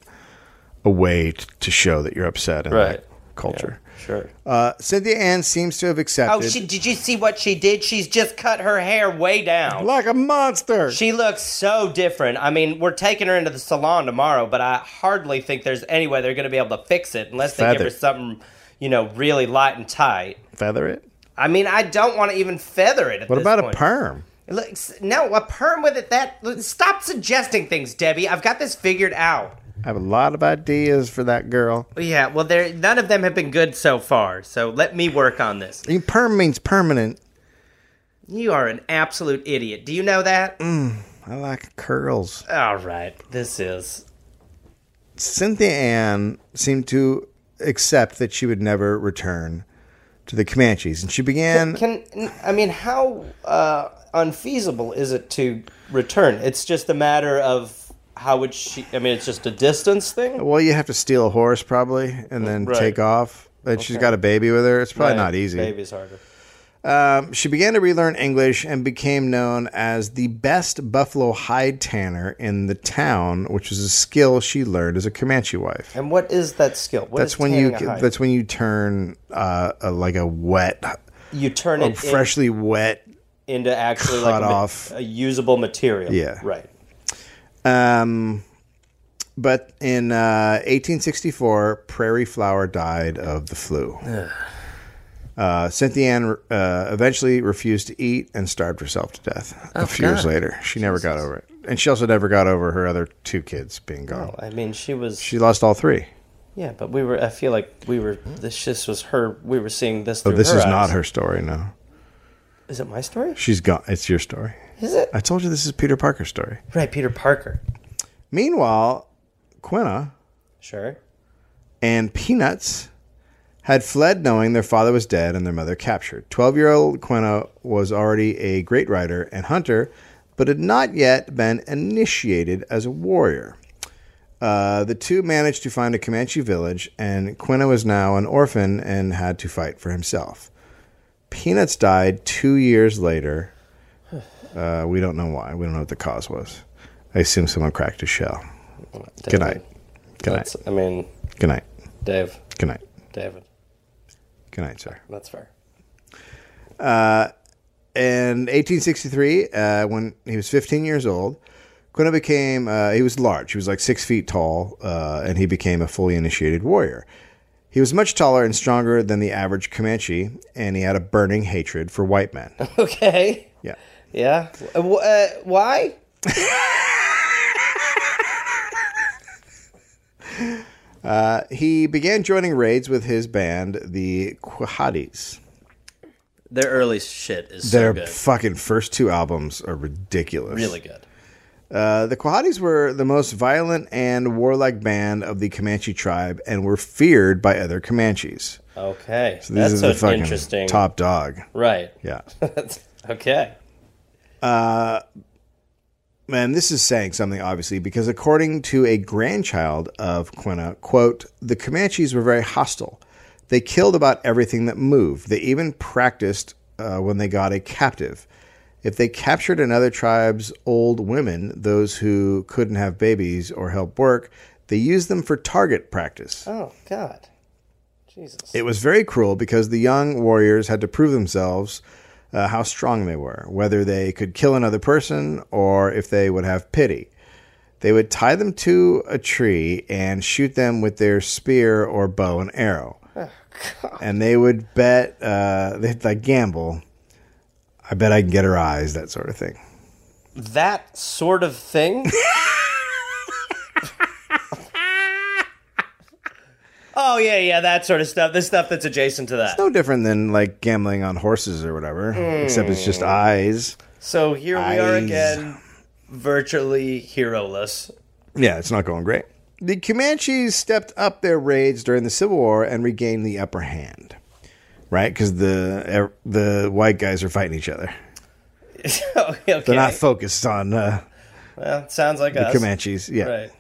A: a way t- to show that you're upset in
C: Right.
A: that culture.
C: Sure.
A: Uh, Cynthia Ann seems to have accepted.
C: Oh, she, did you see what she did? She's just cut her hair way down.
A: like a monster.
C: She looks so different. I mean, we're taking her into the salon tomorrow, but I hardly think there's any way they're going to be able to fix it unless they
A: Feather.
C: give her something, you know, really light and tight.
A: Feather it.
C: I mean, I don't want to even feather it. At
A: What
C: this
A: about
C: point.
A: a perm?
C: Look, s- no, a perm with it. That look, stop suggesting things, Debbie. I've got this figured out.
A: I have a lot of ideas for that girl.
C: Yeah, well, there none of them have been good so far. So let me work on this.
A: I mean, perm means permanent.
C: You are an absolute idiot. Do you know that?
A: I like curls.
C: All right, this is
A: Cynthia Ann seemed to accept that she would never return to the Comanches, and she began.
C: Can I mean how uh, unfeasible is it to return? It's just a matter of how would she? I mean, it's just a distance thing.
A: well, you have to steal a horse probably, and then
C: Right.
A: take off. And she's got a baby with her. It's probably
C: Right,
A: not easy.
C: Baby's harder.
A: Um, she began to relearn English and became known as the best buffalo hide tanner in the town, which was a skill she learned as a Comanche wife.
C: And what is that skill? What
A: That's
C: is
A: when you
C: tanning a hide?
A: that's when you turn uh, a, like a wet,
C: you turn
A: Oh,
C: it in-
A: freshly wet.
C: into actually
A: cut
C: like a ma-
A: off.
C: a usable material.
A: Yeah.
C: right.
A: Um, but in uh, 1864, Prairie Flower died of the flu. Uh, Cynthia Ann uh, eventually refused to eat and starved herself to death.
C: Oh,
A: a few years later, she never got over it, and she also never got over her other two kids being gone.
C: I mean, she was.
A: She lost all three.
C: yeah, but we were. I feel like we were. This just was her. We were seeing this. Through
A: Oh, This
C: her
A: is not
C: eyes.
A: her story. No,
C: Is it my story?
A: she's gone. It's your story.
C: Is it
A: I told you this is Peter Parker's story.
C: right? Peter Parker.
A: Meanwhile, Quinna
C: Sure.
A: and Peanuts had fled knowing their father was dead and their mother captured. 12 year old Quenna was already a great writer and hunter, but had not yet been initiated as a warrior. Uh, the two managed to find a Comanche village, and Quenna was now an orphan and had to fight for himself. Peanuts died two years later. Uh, we don't know why. We don't know what the cause was. I assume someone cracked his shell. Good night. Good night.
C: That's. I mean,
A: Good night.
C: Dave.
A: Good night.
C: David.
A: Good night, sir.
C: That's fair. (laughs)
A: In 1863, uh, when he was 15 years old, Quinna became, uh, he was large. He was like six feet tall, uh, and he became a fully initiated warrior. He was much taller and stronger than the average Comanche, and he had a burning hatred for white
B: (laughs)
A: men.
C: Okay.
A: Yeah.
C: Yeah. Uh, wh- uh, why?
A: He began joining raids with his band, the Quijadis.
B: Their early shit is
A: Their
B: so good.
A: fucking first two albums are ridiculous.
B: Really good.
A: Uh, the Quahadis were the most violent and warlike band of the Comanche tribe and were feared by other Comanches.
C: Okay.
A: These
C: That's
A: are the
C: so
A: fucking
C: interesting.
A: top dog.
C: Right.
A: Yeah.
C: (laughs) okay.
A: And this is saying something, obviously, because according to a grandchild of Quina, quote, the Comanches were very hostile. They killed about everything that moved. They even practiced uh, when they got a captive. If they captured another tribe's old women, those who couldn't have babies or help work, they used them for target practice.
C: Oh God. Jesus.
A: It was very cruel because the young warriors had to prove themselves uh, how strong they were, whether they could kill another person or if they would have pity. They would tie them to a tree and shoot them with their spear or bow and arrow. and they would bet, uh, they'd like gamble. I bet I can get her eyes, that sort of thing.
C: that
A: (laughs)
C: sort of thing. Oh yeah, yeah, that sort of stuff. This stuff that's adjacent to that.
A: No different than like gambling on horses or whatever, except it's just eyes.
C: So here we are
A: Eyes.
C: again, virtually hero-less.
A: Yeah, it's not going great. The Comanches stepped up their raids during the Civil War and regained the upper hand, right? Because the er, the white guys are fighting each other.
C: (laughs) okay.
A: They're not focused on uh,
C: well, sounds like
A: the
C: us.
A: Comanches. Yeah,
C: Right.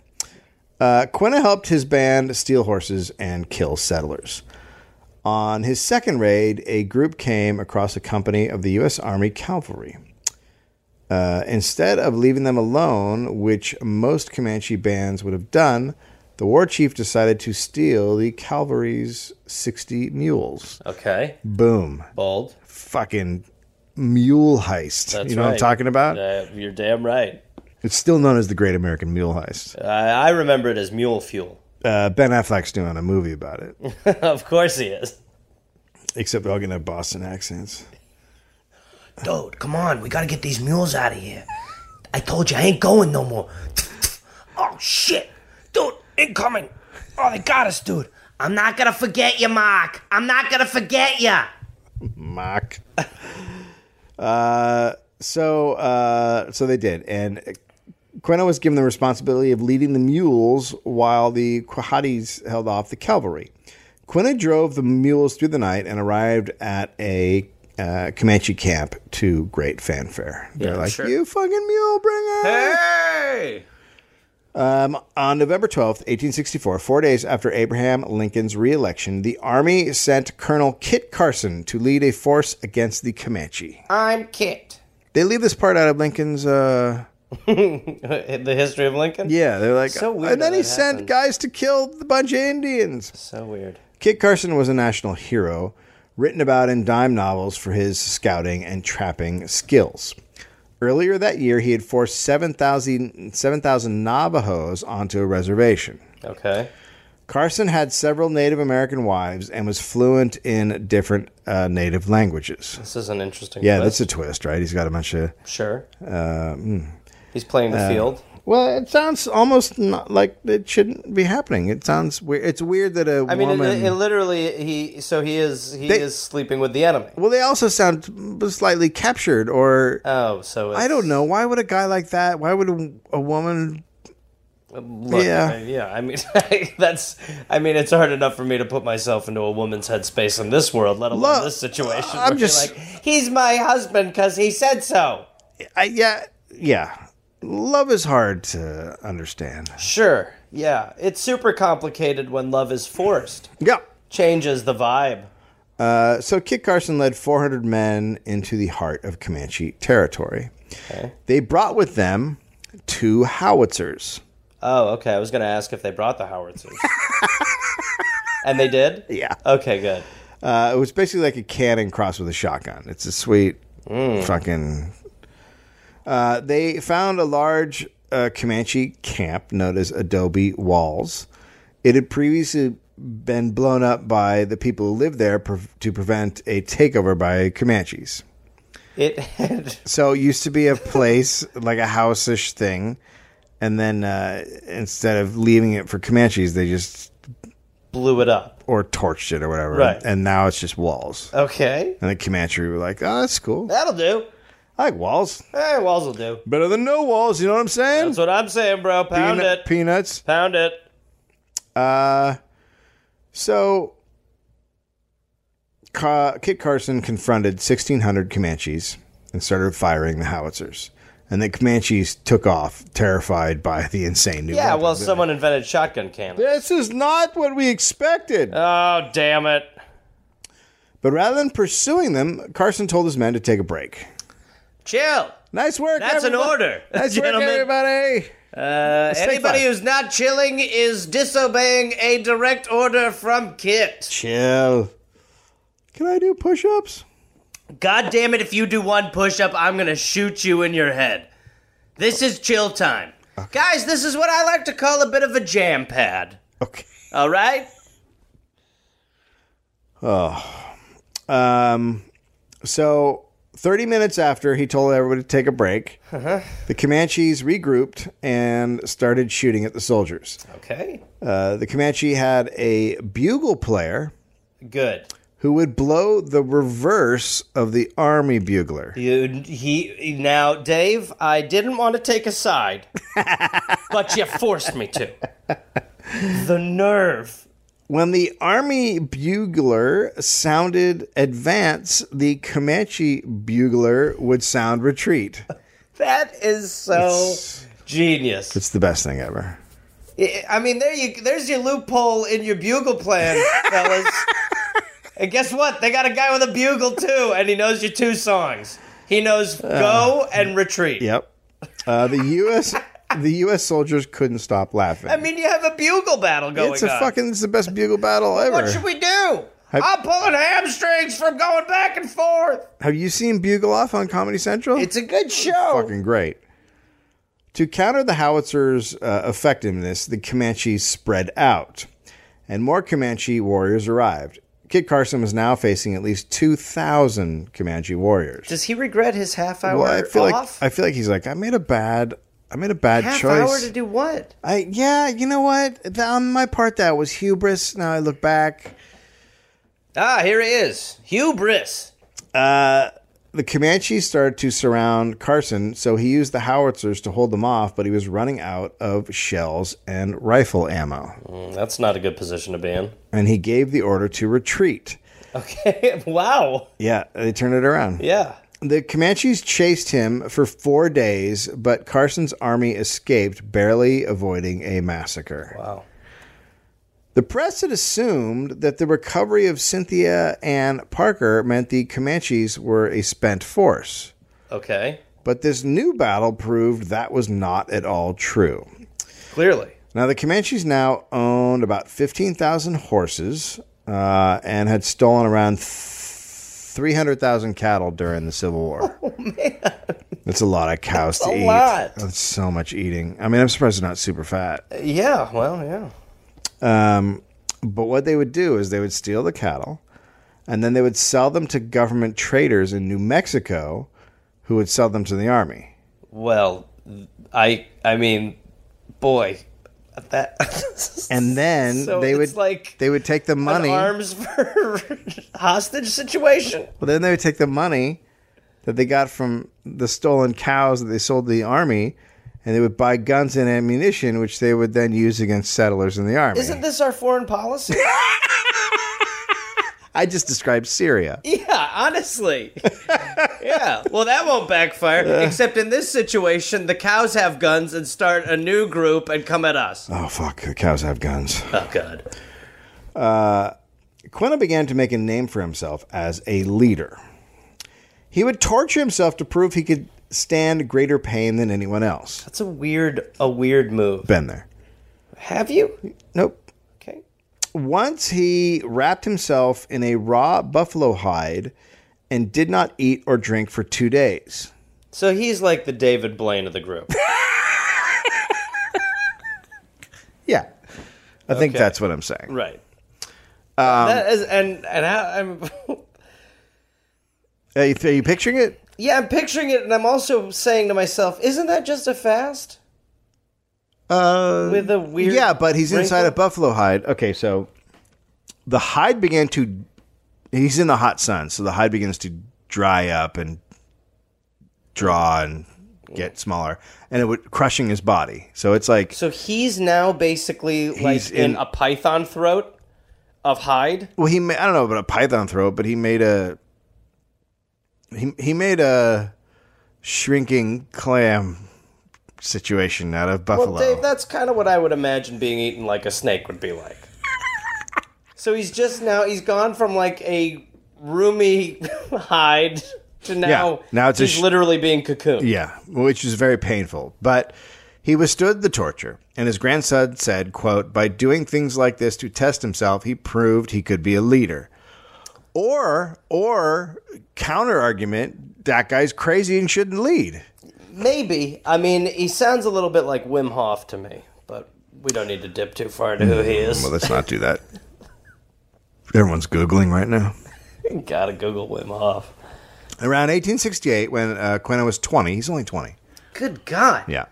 A: Uh, Quina helped his band steal horses and kill settlers. On his second raid, a group came across a company of the U.S. Army Cavalry. Uh, instead of leaving them alone, which most Comanche bands would have done, the war chief decided to steal the cavalry's 60 mules.
C: Okay.
A: Boom.
C: Bald.
A: Fucking mule heist.
C: That's
A: you know what I'm
C: right.
A: talking about?
C: Uh, you're damn right.
A: It's still known as the Great American Mule Heist.
C: I, I remember it as mule fuel. (laughs)
A: Uh, ben Affleck's doing a movie about it.
C: of course he is. (laughs)
A: Except they're all gonna have Boston accents.
D: Dude, come on, we gotta get these mules out of here. I told you I ain't going no more. (laughs) oh shit, dude, incoming. Oh, they got us, dude.
B: I'm not gonna forget you, Mark. I'm not gonna forget you.
A: (laughs) Mock. uh, so uh, so they did, and Queno was given the responsibility of leading the mules while the Quahadis held off the cavalry. Quena drove the mules through the night and arrived at a uh, Comanche camp to great fanfare. They're like, "You fucking mule bringer!"
B: Hey.
A: On November 12th, 1864, four days after Abraham Lincoln's reelection, the Army sent Colonel Kit Carson to lead a force against the Comanche.
B: I'm Kit.
A: They leave this part out of Lincoln's. Uh,
C: the history of Lincoln.
A: yeah, they're like.
C: So weird
A: and then
C: that
A: he
C: that
A: sent
C: happened.
A: guys to kill the bunch of Indians.
C: So weird.
A: Kit Carson was a national hero, written about in dime novels for his scouting and trapping skills. Earlier that year, he had forced 7,000 7,000 Navajos onto a reservation.
C: Okay.
A: Carson had several Native American wives and was fluent in different uh, Native languages.
C: This is an interesting.
A: Yeah,
C: twist.
A: that's a twist, right? He's got a bunch of.
C: sure.
A: Uh, hmm.
C: He's playing the field.
A: Well, it sounds almost not like it shouldn't be happening. It sounds weird. It's weird that a
C: I mean, it,
A: woman.
C: it literally he. So he is he
A: They-
C: is sleeping with the enemy.
A: well, they also sound slightly captured, or
C: Oh, so it's,
A: I don't know. Why would a guy like that? Why would a, a woman?
C: Look,
A: Yeah.
C: I- yeah. I mean, (laughs) that's. I mean, it's hard enough for me to put myself into a woman's headspace in this world, let alone
A: Look,
C: this situation.
A: I'm
C: where you're
A: just-
C: like, he's my husband because he said so.
A: I, yeah, yeah. Love is hard to understand.
C: Sure. Yeah. It's super complicated when love is forced.
A: Yeah.
C: Changes the vibe.
A: Uh, so Kit Carson led 400 men into the heart of Comanche territory. They brought with them two howitzers.
C: Oh, okay. I was going to ask if they brought
A: (laughs)
C: the Howardsons. and they did.
A: Yeah.
C: Okay. Good.
A: Uh, it was basically like a cannon crossed with a shotgun. It's a sweet fucking. Uh, they found a large uh, Comanche camp known as Adobe Walls. It had previously been blown up by the people who lived there pre- to prevent a takeover by Comanches.
C: It had (laughs)
A: So it used to be a place like a house-ish thing, and then uh, instead of leaving it for Comanches, they just
C: blew it up.
A: or torched it or whatever.
C: Right.
A: And now it's just walls.
C: Okay.
A: And the Comanche were like, "Oh, that's cool.
C: That'll do.
A: I like walls
C: Hey, walls will do.
A: better than no walls." You know what I'm saying?
C: That's what I'm saying, bro. Pound
A: Peanut-
C: it.
A: Peanuts.
C: Pound it.
A: So, Ca Kit Carson confronted 1,600 Comanches and started firing the howitzers. And the Comanches took off, terrified by the insane new
C: Yeah,
A: weapon.
C: well, someone invented shotgun cannon.
A: This is not what we expected.
B: Uh,
C: Oh, damn it.
A: But rather than pursuing them, Carson told his men to take a break.
B: Chill.
A: Nice work.
B: That's an
A: everybody.
C: (laughs)
B: order.
A: Nice work,
B: gentlemen.
A: everybody.
B: Uh,
A: take
B: anybody
A: five.
B: who's not chilling is disobeying a direct order from Kit.
A: Chill. Can I do push-ups?
B: God damn it, if you do one push up, I'm gonna shoot you in your head. This is chill time. Guys, this is what I like to call a bit of a jam pad.
A: Okay.
B: All right?
A: Um, so 30 minutes after he told everybody to take a break,
B: Uh-huh.
A: the Comanches regrouped and started shooting at the soldiers.
C: Okay.
A: Uh, the Comanche had a bugle player
C: Good.
A: who would blow the reverse of the army bugler.
C: You, he now, Dave. I didn't want to take
A: (laughs)
C: a side, but you forced me to. The nerve.
A: When the army bugler sounded advance, the Comanche bugler would sound retreat.
C: That is so genius.
A: It's the best thing ever.
C: I- I mean, there you. There's your loophole in your
A: (laughs)
C: bugle plan, fellas. and guess what? They got a guy with a bugle too, and he knows your two songs. He knows
A: Uh,
C: "Go" and "Retreat."
A: Yep. Uh, the U.S. the U.S. soldiers couldn't stop laughing.
C: I mean, you have a bugle battle going
A: it's a
C: on.
A: fucking it's the best bugle battle ever.
C: What should we do? I'm pulling hamstrings from going back and forth.
A: Have you seen Bugle Off on Comedy Central?
C: It's a good show.
A: fucking great. To counter the howitzer's uh, effectiveness, the Comanches spread out, and more Comanche warriors arrived. Kit Carson was now facing at least 2,000 Comanche warriors.
C: Does he regret his half hour
A: well, I feel
C: off?
A: like I feel like he's like I made a bad I made a bad
C: half
A: choice.
C: hour to do what?
A: I yeah, you know what? Th- on my part that was hubris. Now I look back,
C: Ah, here he is, hubris.
A: the Comanches started to surround Carson, so he used the howitzers to hold them off, but he was running out of shells and rifle ammo.
C: That's not a good position to be in.
A: and he gave the order to retreat.
C: (laughs) Okay. (laughs) wow.
A: Yeah, they turned it around.
C: Yeah.
A: The Comanches chased him for four days, but Carson's army escaped, barely avoiding a massacre.
C: Wow.
A: The press had assumed that the recovery of Cynthia and Parker meant the Comanches were a spent force.
C: Okay.
A: But this new battle proved that was not at all true.
C: Clearly.
A: Now, the Comanches now owned about 15,000 horses uh, and had stolen around th- 300,000 cattle during the Civil
C: (laughs)
A: War. Oh, man. That's a lot of cows to
C: a
A: eat.
C: lot.
A: That's so much eating. I mean, I'm surprised they're not super fat. Um,
C: Yeah. Well. Yeah.
A: But what they would do is they would steal the cattle and then they would sell them to government traders in New Mexico who would sell them to the army.
C: Well, I. I mean, boy, that.
B: (laughs)
A: And then
C: So
A: they would
C: it's like
A: they would take the money.
C: An arms
B: (laughs)
C: for hostage situation.
A: Well, then they would take the money that they got from the stolen cows that they sold to the army, and they would buy guns and ammunition, which they would then use against settlers in the army.
C: Isn't this our foreign (laughs) policy?
A: I just described Syria.
B: Yeah,
C: (laughs)
B: honestly. yeah, well, that won't backfire. Except in this situation, the cows have guns and start a new group and come at us.
A: Oh fuck! The cows have guns.
B: Oh, God.
A: Quinna began to make a name for himself as a leader. He would torture himself to prove he could stand greater pain than anyone else.
C: That's a weird, a weird move.
A: Been there.
C: Have you?
A: Nope.
C: Okay.
A: Once he wrapped himself in a raw buffalo hide and did not eat or drink for two days.
C: So he's like the David Blaine of the group.
A: Yeah. I think that's what I'm saying.
C: (laughs) right. Um, that is, and and how, I'm (laughs)
A: Are you, are you picturing it?
C: yeah I'm picturing it and I'm also saying to myself, isn't that just a fast? Uh, with a weird
A: yeah, but he's inside a
C: wrinkle?
A: buffalo hide. Okay, so the hide began to. He's in the hot sun, so the hide begins to dry up and draw and get smaller, and it would crushing his body. So it's like
C: So he's now basically like
A: He's
C: in,
A: in-
C: a python throat of hide.
A: well, he ma- I don't know about a python throat, but he made a he he made a shrinking clam situation out of buffalo.
C: Well, Dave, that's kind of what I would imagine being eaten like a snake would be (laughs) like. so he's just now he's gone from like a roomy (laughs) hide to now
A: Now it's a
C: he's
A: sh-
C: literally being cocooned.
A: Yeah, which is very painful. But he withstood the torture, and his grandson said, quote, by doing things like this to test himself, he proved he could be a leader. Or or counter argument, that guy's crazy and shouldn't lead.
C: Maybe. I mean, he sounds a little bit like Wim Hof to me, but we don't need to dip too far into who he is.
A: Mm, Well, let's not do that. Everyone's Googling right now.
C: (laughs) Gotta Google Wim Hof.
A: Around 1868, when uh, Quentin was 20, he's only 20.
B: Good God.
A: Yeah.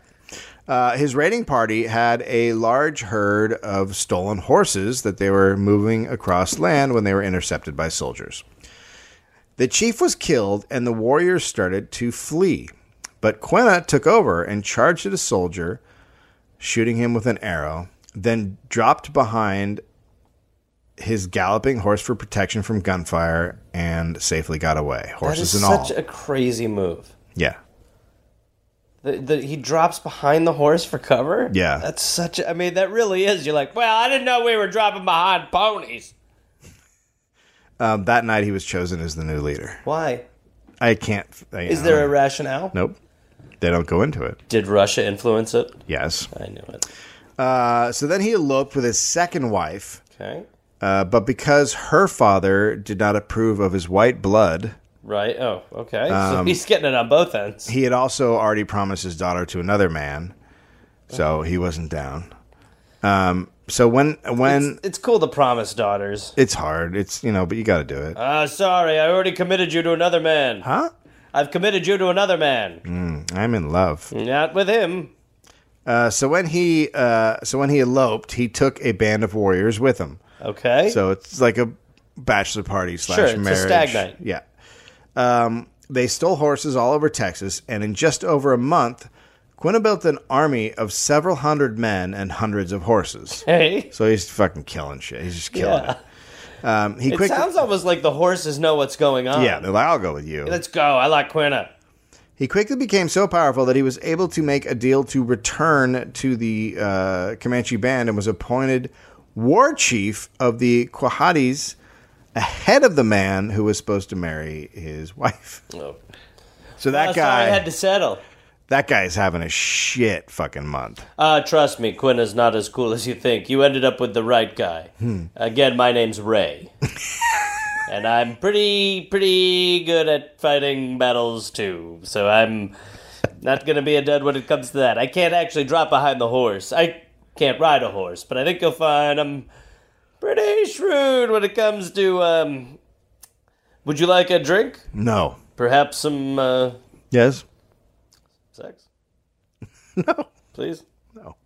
A: Uh, his raiding party had a large herd of stolen horses that they were moving across land when they were intercepted by soldiers. The chief was killed and the warriors started to flee. But Quena took over and charged at a soldier, shooting him with an arrow, then dropped behind his galloping horse for protection from gunfire and safely got away,
C: That is
A: horses and all.
C: such a crazy move.
A: yeah.
C: The, the, he drops behind the horse for cover.
A: Yeah.
C: that's such. A, I mean, that really is. You're like, well, I didn't know we were dropping behind ponies.
A: Um, that night he was chosen as the new leader.
C: Why?
A: I can't. I, um,
C: Is there a rationale?
A: Nope. They don't go into it.
C: Did Russia influence it?
A: Yes.
C: I knew it.
A: Uh, so then he eloped with his second wife,
C: Okay.
A: uh, but because her father did not approve of his white blood,
C: Right. Oh, okay. so he's getting it on both ends.
A: Um, he had also already promised his daughter to another man, so he wasn't down. Um, so when when
C: it's, it's cool to promise daughters.
A: it's hard, it's you know, but you got to do it,
C: Uh, sorry, I already committed you to another man.
A: huh?
C: I've committed you to another man.
A: I'm in love.
C: Not with him.
A: Uh, so when he uh, so when he eloped, he took a band of warriors with him.
C: Okay.
A: So it's like a bachelor party slash
C: Sure, it's a
A: marriage.
C: stag night.
A: Yeah. Um, they stole horses all over Texas, and in just over a month, Quinna built an army of several hundred men and hundreds of horses.
C: hey.
A: so he's fucking killing shit. He's just killing
C: Yeah.
A: it. Um, he
C: It
A: quickly,
C: sounds almost like the horses know what's going on.
A: yeah, they're like, I'll go with you.
C: Let's go. I like Quinna.
A: He quickly became so powerful that he was able to make a deal to return to the uh, Comanche band and was appointed war chief of the Quahadis ahead of the man who was supposed to marry his wife.
C: Oh.
A: So that
C: Uh,
A: guy,
C: Sorry, I had to settle.
A: that guy's having a shit fucking month.
C: Uh, trust me, Quinna's not as cool as you think. You ended up with the right guy.
A: Hmm.
C: Again, my
A: (laughs)
C: name's Ray. and I'm pretty, pretty good at fighting battles, too. So I'm not going to be a dud when it comes to that. I can't actually drop behind the horse. I can't ride a horse, but I think you'll find I'm pretty shrewd when it comes to, um... Would you like a drink?
A: No.
C: Perhaps some, uh,
A: Yes.
C: sex?
A: (laughs) No.
C: Please?
A: No.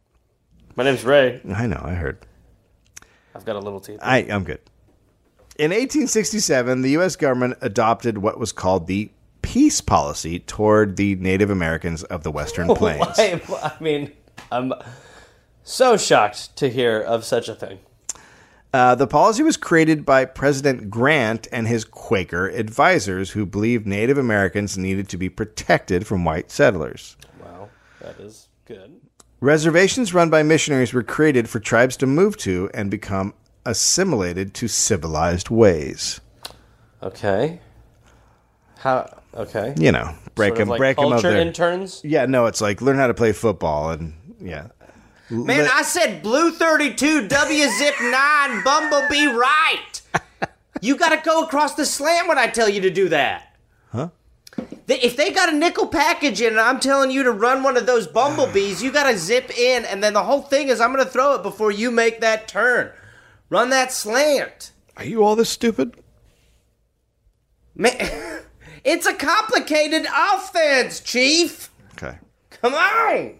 C: My name's Ray.
A: I know. I heard.
C: I've got a little teeth.
A: I, I'm good. In 1867, the U.S. government adopted what was called the peace policy toward the Native Americans of the Western Plains.
C: (laughs) (laughs) Why- I mean, I'm so shocked to hear of such a thing.
A: Uh, the policy was created by President Grant and his Quaker advisors, who believed Native Americans needed to be protected from white settlers.
C: Wow, that is good.
A: Reservations run by missionaries were created for tribes to move to and become assimilated to civilized ways.
C: Okay. How? Okay.
A: You know, break
C: Sort of
A: them,
C: like
A: break them up
C: culture
A: there.
C: interns.
A: yeah, no, it's like learn how to play football and yeah.
B: Man, I said blue 32, W zip 9, Bumblebee right. You got to go across the slant when I tell you to do that. Huh? If they got a nickel package in and I'm telling you to run one of those bumblebees, you got to zip in, and then the whole thing is I'm going to throw it before you make that turn. Run that slant.
A: Are you all this stupid?
B: Man, (laughs) it's a complicated offense, Chief.
A: Okay.
B: Come on.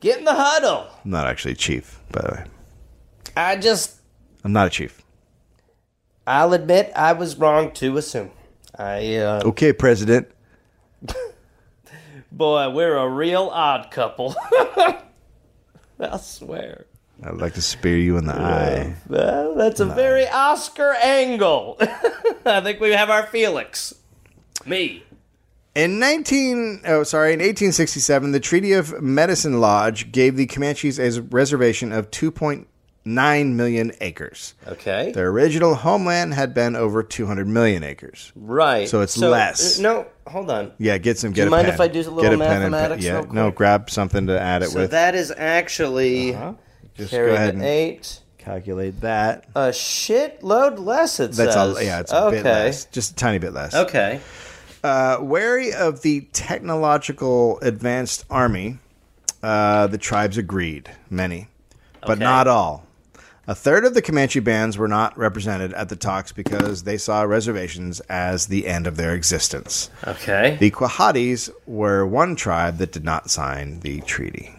C: Get in the huddle.
A: I'm not actually a chief, by the way.
C: I just,
A: I'm not a chief.
C: I'll admit, I was wrong to assume. I, uh,
A: Okay, President.
C: boy, we're a real odd couple. (laughs) I swear.
A: I'd like to spear you in the eye.
C: Well, that's a very Oscar angle. (laughs) I think we have our Felix. Me.
A: In 19 oh sorry, in 1867, the Treaty of Medicine Lodge gave the Comanches a reservation of 2.9 million acres.
C: Okay.
A: Their original homeland had been over 200 million acres.
C: Right.
A: So it's less.
C: uh, No, hold on.
A: Yeah, get some. Get
C: you
A: a
C: mind
A: pen.
C: if I do a little
A: get a
C: mathematics
A: Pen and
C: real
A: pen. Yeah, no,
C: quick?
A: grab something to add it
C: So
A: with. Uh-huh.
C: that is actually
A: Just
C: carry
A: go ahead
C: the
A: and
C: eight.
A: calculate that.
C: A shitload less. It
A: That's
C: says.
A: a, yeah, it's a
C: okay.
A: bit less, just a tiny bit less.
C: Okay.
A: Uh, wary of the technological advanced army, uh, the tribes agreed, many, but
C: Okay.
A: not all. A third of the Comanche bands were not represented at the talks because they saw reservations as the end of their existence.
C: Okay.
A: The Quahadis were one tribe that did not sign the treaty.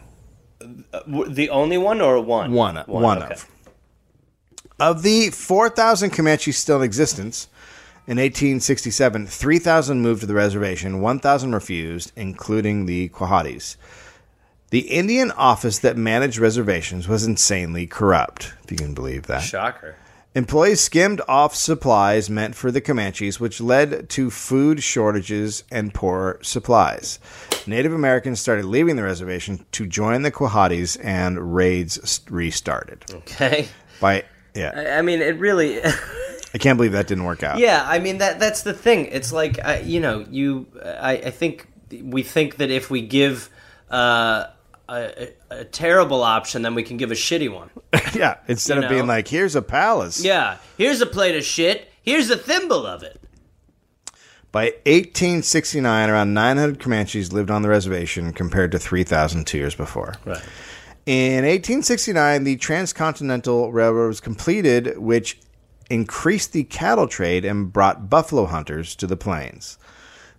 C: W- The only one or one?
A: One, one, one
C: okay.
A: of. Of the 4,000 Comanches still in existence in 1867, 3,000 moved to the reservation, 1,000 refused, including the Quahadis. The Indian office that managed reservations was insanely corrupt, if you can believe that.
C: Shocker.
A: Employees skimmed off supplies meant for the Comanches, which led to food shortages and poor supplies. Native Americans started leaving the reservation to join the Quahadis, and raids s- restarted.
C: Okay.
A: By yeah,
C: I mean, it really. (laughs)
A: I can't believe that didn't work out.
C: Yeah, I mean that that's the thing. It's like I, you know, you I, I think we think that if we give uh, a, a a terrible option, then we can give a shitty one.
A: (laughs) yeah. Instead
C: You
A: of
C: know.
A: being like, "Here's a palace."
C: Yeah, here's a plate of shit. Here's a thimble of it.
A: By 1869, around 900 Comanches lived on the reservation, compared to 3,000 two years before.
C: Right.
A: In 1869, the Transcontinental Railroad was completed, which increased the cattle trade and brought buffalo hunters to the plains.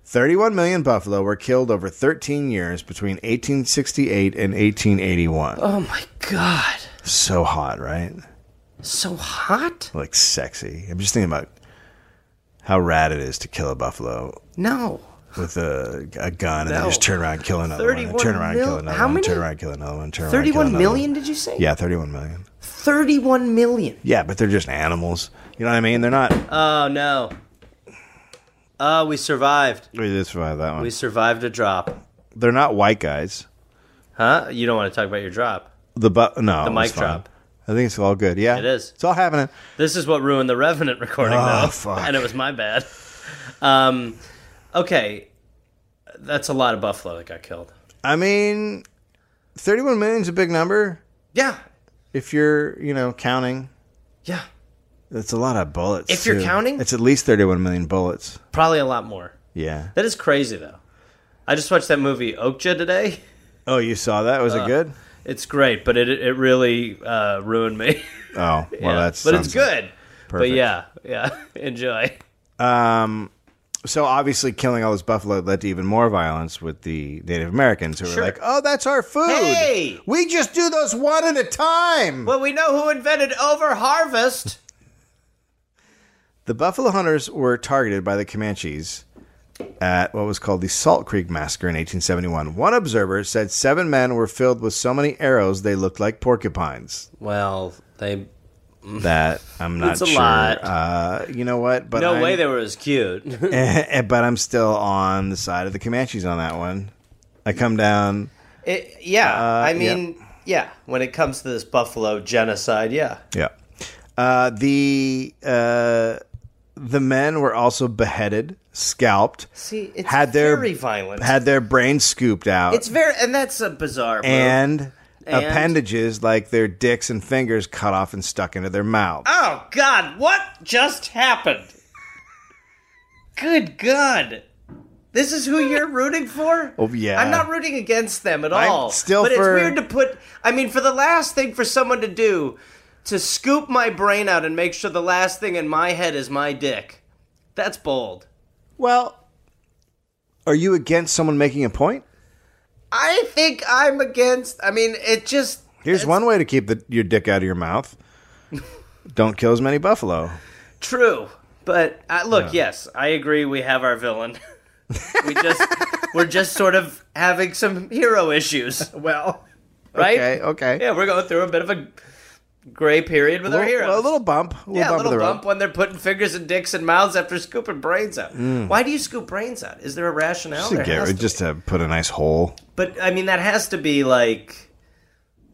A: 31 million buffalo were killed over 13 years between 1868 and 1881.
C: Oh my god,
A: So hot, right?
C: so hot.
A: Like sexy. I'm just thinking about how rad it is to kill a buffalo
C: No.
A: with a, a gun and then
C: No.
A: just turn around and kill another one. And
C: 31
A: turn around and kill
C: mil-
A: another
C: how
A: one. and Turn
C: many-
A: around and kill another one. Turn around and kill
C: 31
A: another
C: million,
A: one.
C: did you say?
A: Yeah, 31 million.
C: 31 million.
A: Yeah, but they're just animals. You know what I mean? They're not.
C: Oh no. Oh, we survived.
A: we did survive that one.
C: We survived a drop.
A: they're not white guys.
C: Huh? You don't want to talk about your drop.
A: The but no, the
C: mic drop.
A: I think it's all good. Yeah,
C: It is.
A: It's all happening.
C: This is what ruined the Revenant recording,
A: Oh,
C: though,
A: fuck.
C: and it was my bad. Um, okay, that's a lot of buffalo that got killed.
A: I mean, thirty-one million is a big number
C: Yeah,
A: if you're you know counting.
C: yeah,
A: That's a lot of bullets.
C: If you're
A: too.
C: counting?
A: it's at least thirty-one million bullets.
C: probably a lot more.
A: Yeah.
C: That is crazy, though. I just watched that movie Okja today.
A: Oh, you saw that? Was
C: Uh,
A: it good?
C: It's great, but it it really uh, ruined me.
A: Oh, well,
C: Yeah,
A: that's
C: but it's
A: something.
C: good. But
A: perfect.
C: yeah, yeah, (laughs) enjoy.
A: So obviously, killing all those buffalo led to even more violence with the Native Americans, who
C: Sure.
A: were like, "Oh, that's our food.
C: Hey!
A: We just do those one at a time."
C: Well, we know who invented over harvest.
A: The buffalo hunters were targeted by the Comanches at what was called the Salt Creek Massacre in 1871. One observer said seven men were filled with so many arrows they looked like
C: (laughs)
A: porcupines.
C: Well, they
A: That I'm not
C: That's a
A: sure.
C: lot.
A: Uh, you know what? But
C: no
A: I'm,
C: way they were as cute.
A: (laughs) but I'm still on the side of the Comanches on that one. I come down.
C: It, yeah, I
A: Uh, yeah.
C: mean, yeah. When it comes to this buffalo genocide, yeah,
A: Yeah. Uh, the uh, the men were also beheaded, scalped.
C: See, it's
A: had their
C: very violent.
A: Had their brains scooped out.
C: it's very, and that's a bizarre. move.
A: and,
C: And-
A: appendages like their dicks and fingers cut off and stuck into their mouths.
C: oh God, what just happened? Good God, this is who you're rooting for.
A: Oh, yeah.
C: I'm not rooting against them at
A: I'm
C: all.
A: still
C: but
A: for-
C: it's weird to put. I mean, for the last thing for someone to do, to scoop my brain out and make sure the last thing in my head is my dick. That's bold.
A: Well, are you against someone making a point?
C: I think I'm against. I mean, it just
A: Here's one way to keep the, your dick out of your mouth.
C: (laughs)
A: Don't kill as many buffalo.
C: true. But uh, look, yes, I agree. We have our villain. (laughs) we just we're just sort of having some hero issues. (laughs) Well, right?
A: Okay, okay.
C: Yeah, we're going through a bit of a gray period with
A: A
C: our heroes.
A: little, a little bump. A little
C: yeah,
A: bump
C: a
A: of the
C: little
A: road.
C: bump when they're putting fingers in dicks and mouths after scooping brains out. Why do you scoop brains out? Is there a
A: Mm. Just
C: rationale?
A: to,
C: There
A: get-
C: has to
A: just to put a nice hole.
C: But I mean, that has to be like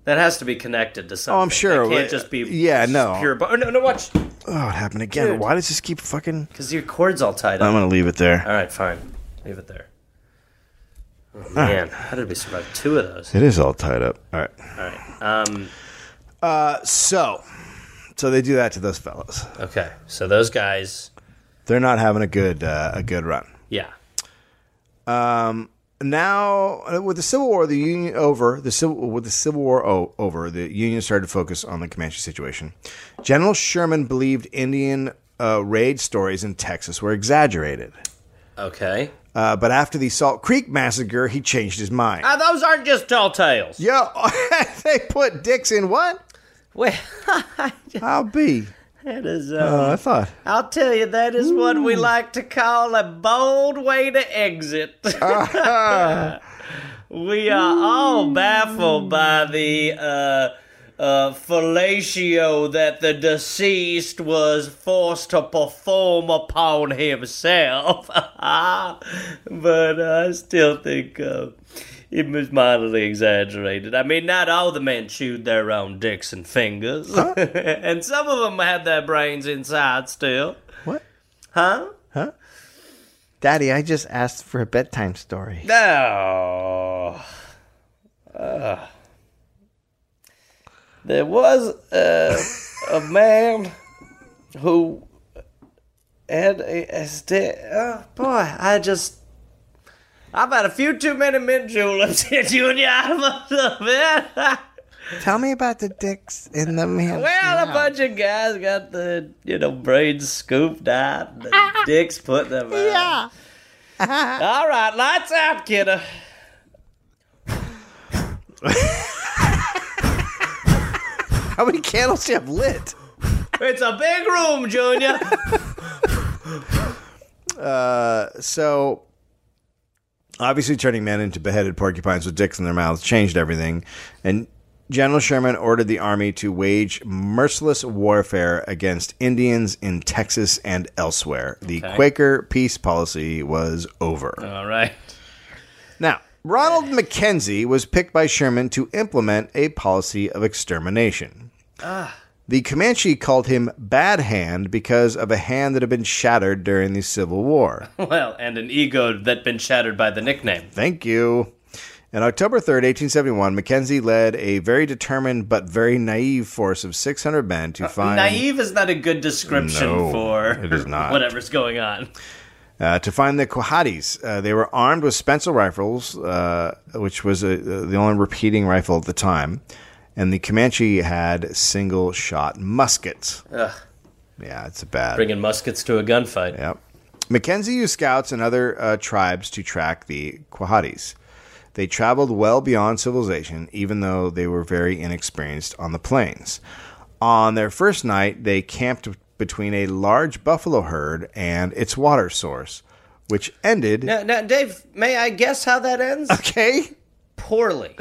C: that has to be connected to something.
A: Oh, I'm sure.
C: It can't just be
A: Yeah, no.
C: pure. But oh, no, no, watch
A: Oh, it happened again. Why does this keep fucking?
C: because your cord's all tied
A: I'm
C: up.
A: gonna leave it there.
C: All right, fine, leave
A: (laughs)
C: it there. Oh, man, how did we survive two of those?
A: It is all tied up. All right.
C: All right, um,
A: So, so they do that to those fellows.
C: okay, so those guys,
A: They're not having a good uh, a good run.
C: yeah,
A: now uh, with the Civil War, the Union over the Civil with the Civil War o- over, the Union started to focus on the Comanche situation. General Sherman believed Indian uh, raid stories in Texas were exaggerated,
C: Okay.
A: uh, but after the Salt Creek massacre, he changed his mind.
C: Now, Ah, those aren't just tall tales.
A: Yo, (laughs) they put dicks in what?
C: Well, (laughs)
A: I'll be.
C: that is, uh,
A: Uh, I thought.
C: I'll tell you, that is what we like to call a bold way
A: (laughs)
C: to exit. we are all baffled by the uh, uh, fellatio that the deceased was forced to perform upon himself. (laughs) but I still think uh, it was mildly exaggerated. I mean, not all the men chewed their own dicks and fingers, (laughs) and some of them had their brains inside still.
F: What?
C: Huh?
F: Daddy, I just asked for a bedtime story.
C: No. Ah. there was a, a man who had a, a sta- Oh, boy, I just. I've had a few too many mint juleps (laughs) in junior out of (laughs) man.
F: Tell me about the dicks in the man.
C: Well, a bunch of guys got the, you know, brains scooped out, and the dicks put them out. Yeah. All right, lights out, kiddo.
F: How many candles do you have lit?
C: It's a big room, Junior.
A: So, obviously, turning men into beheaded porcupines with dicks in their mouths changed everything, and General Sherman ordered the army to wage merciless warfare against Indians in Texas and elsewhere. The Quaker peace policy was over.
C: (laughs) All right.
A: Now, Ronald McKenzie was picked by Sherman to implement a policy of extermination. The Comanche called him Bad Hand because of a hand that had been shattered during the Civil War.
C: Well, and an ego that been shattered by the nickname.
A: Thank you. On October 3rd, 1871, Mackenzie led a very determined but very naive force of 600 men to find
C: Naive is not a good description
A: No,
C: for
A: it is not.
C: (laughs) whatever's going on.
A: uh, to find the Quahatis. Uh, they were armed with Spencer rifles, uh, which was uh the only repeating rifle at the time, and the Comanche had single shot muskets.
C: Ugh.
A: Yeah, it's a bad.
C: Bringing muskets to a gunfight.
A: Yep. Mackenzie used scouts and other uh, tribes to track the Quahatis. They traveled well beyond civilization, even though they were very inexperienced on the plains. On their first night, they camped between a large buffalo herd and its water source, which ended.
C: Now, now, Dave, may I guess how that ends?
A: Okay.
C: (laughs) Poorly.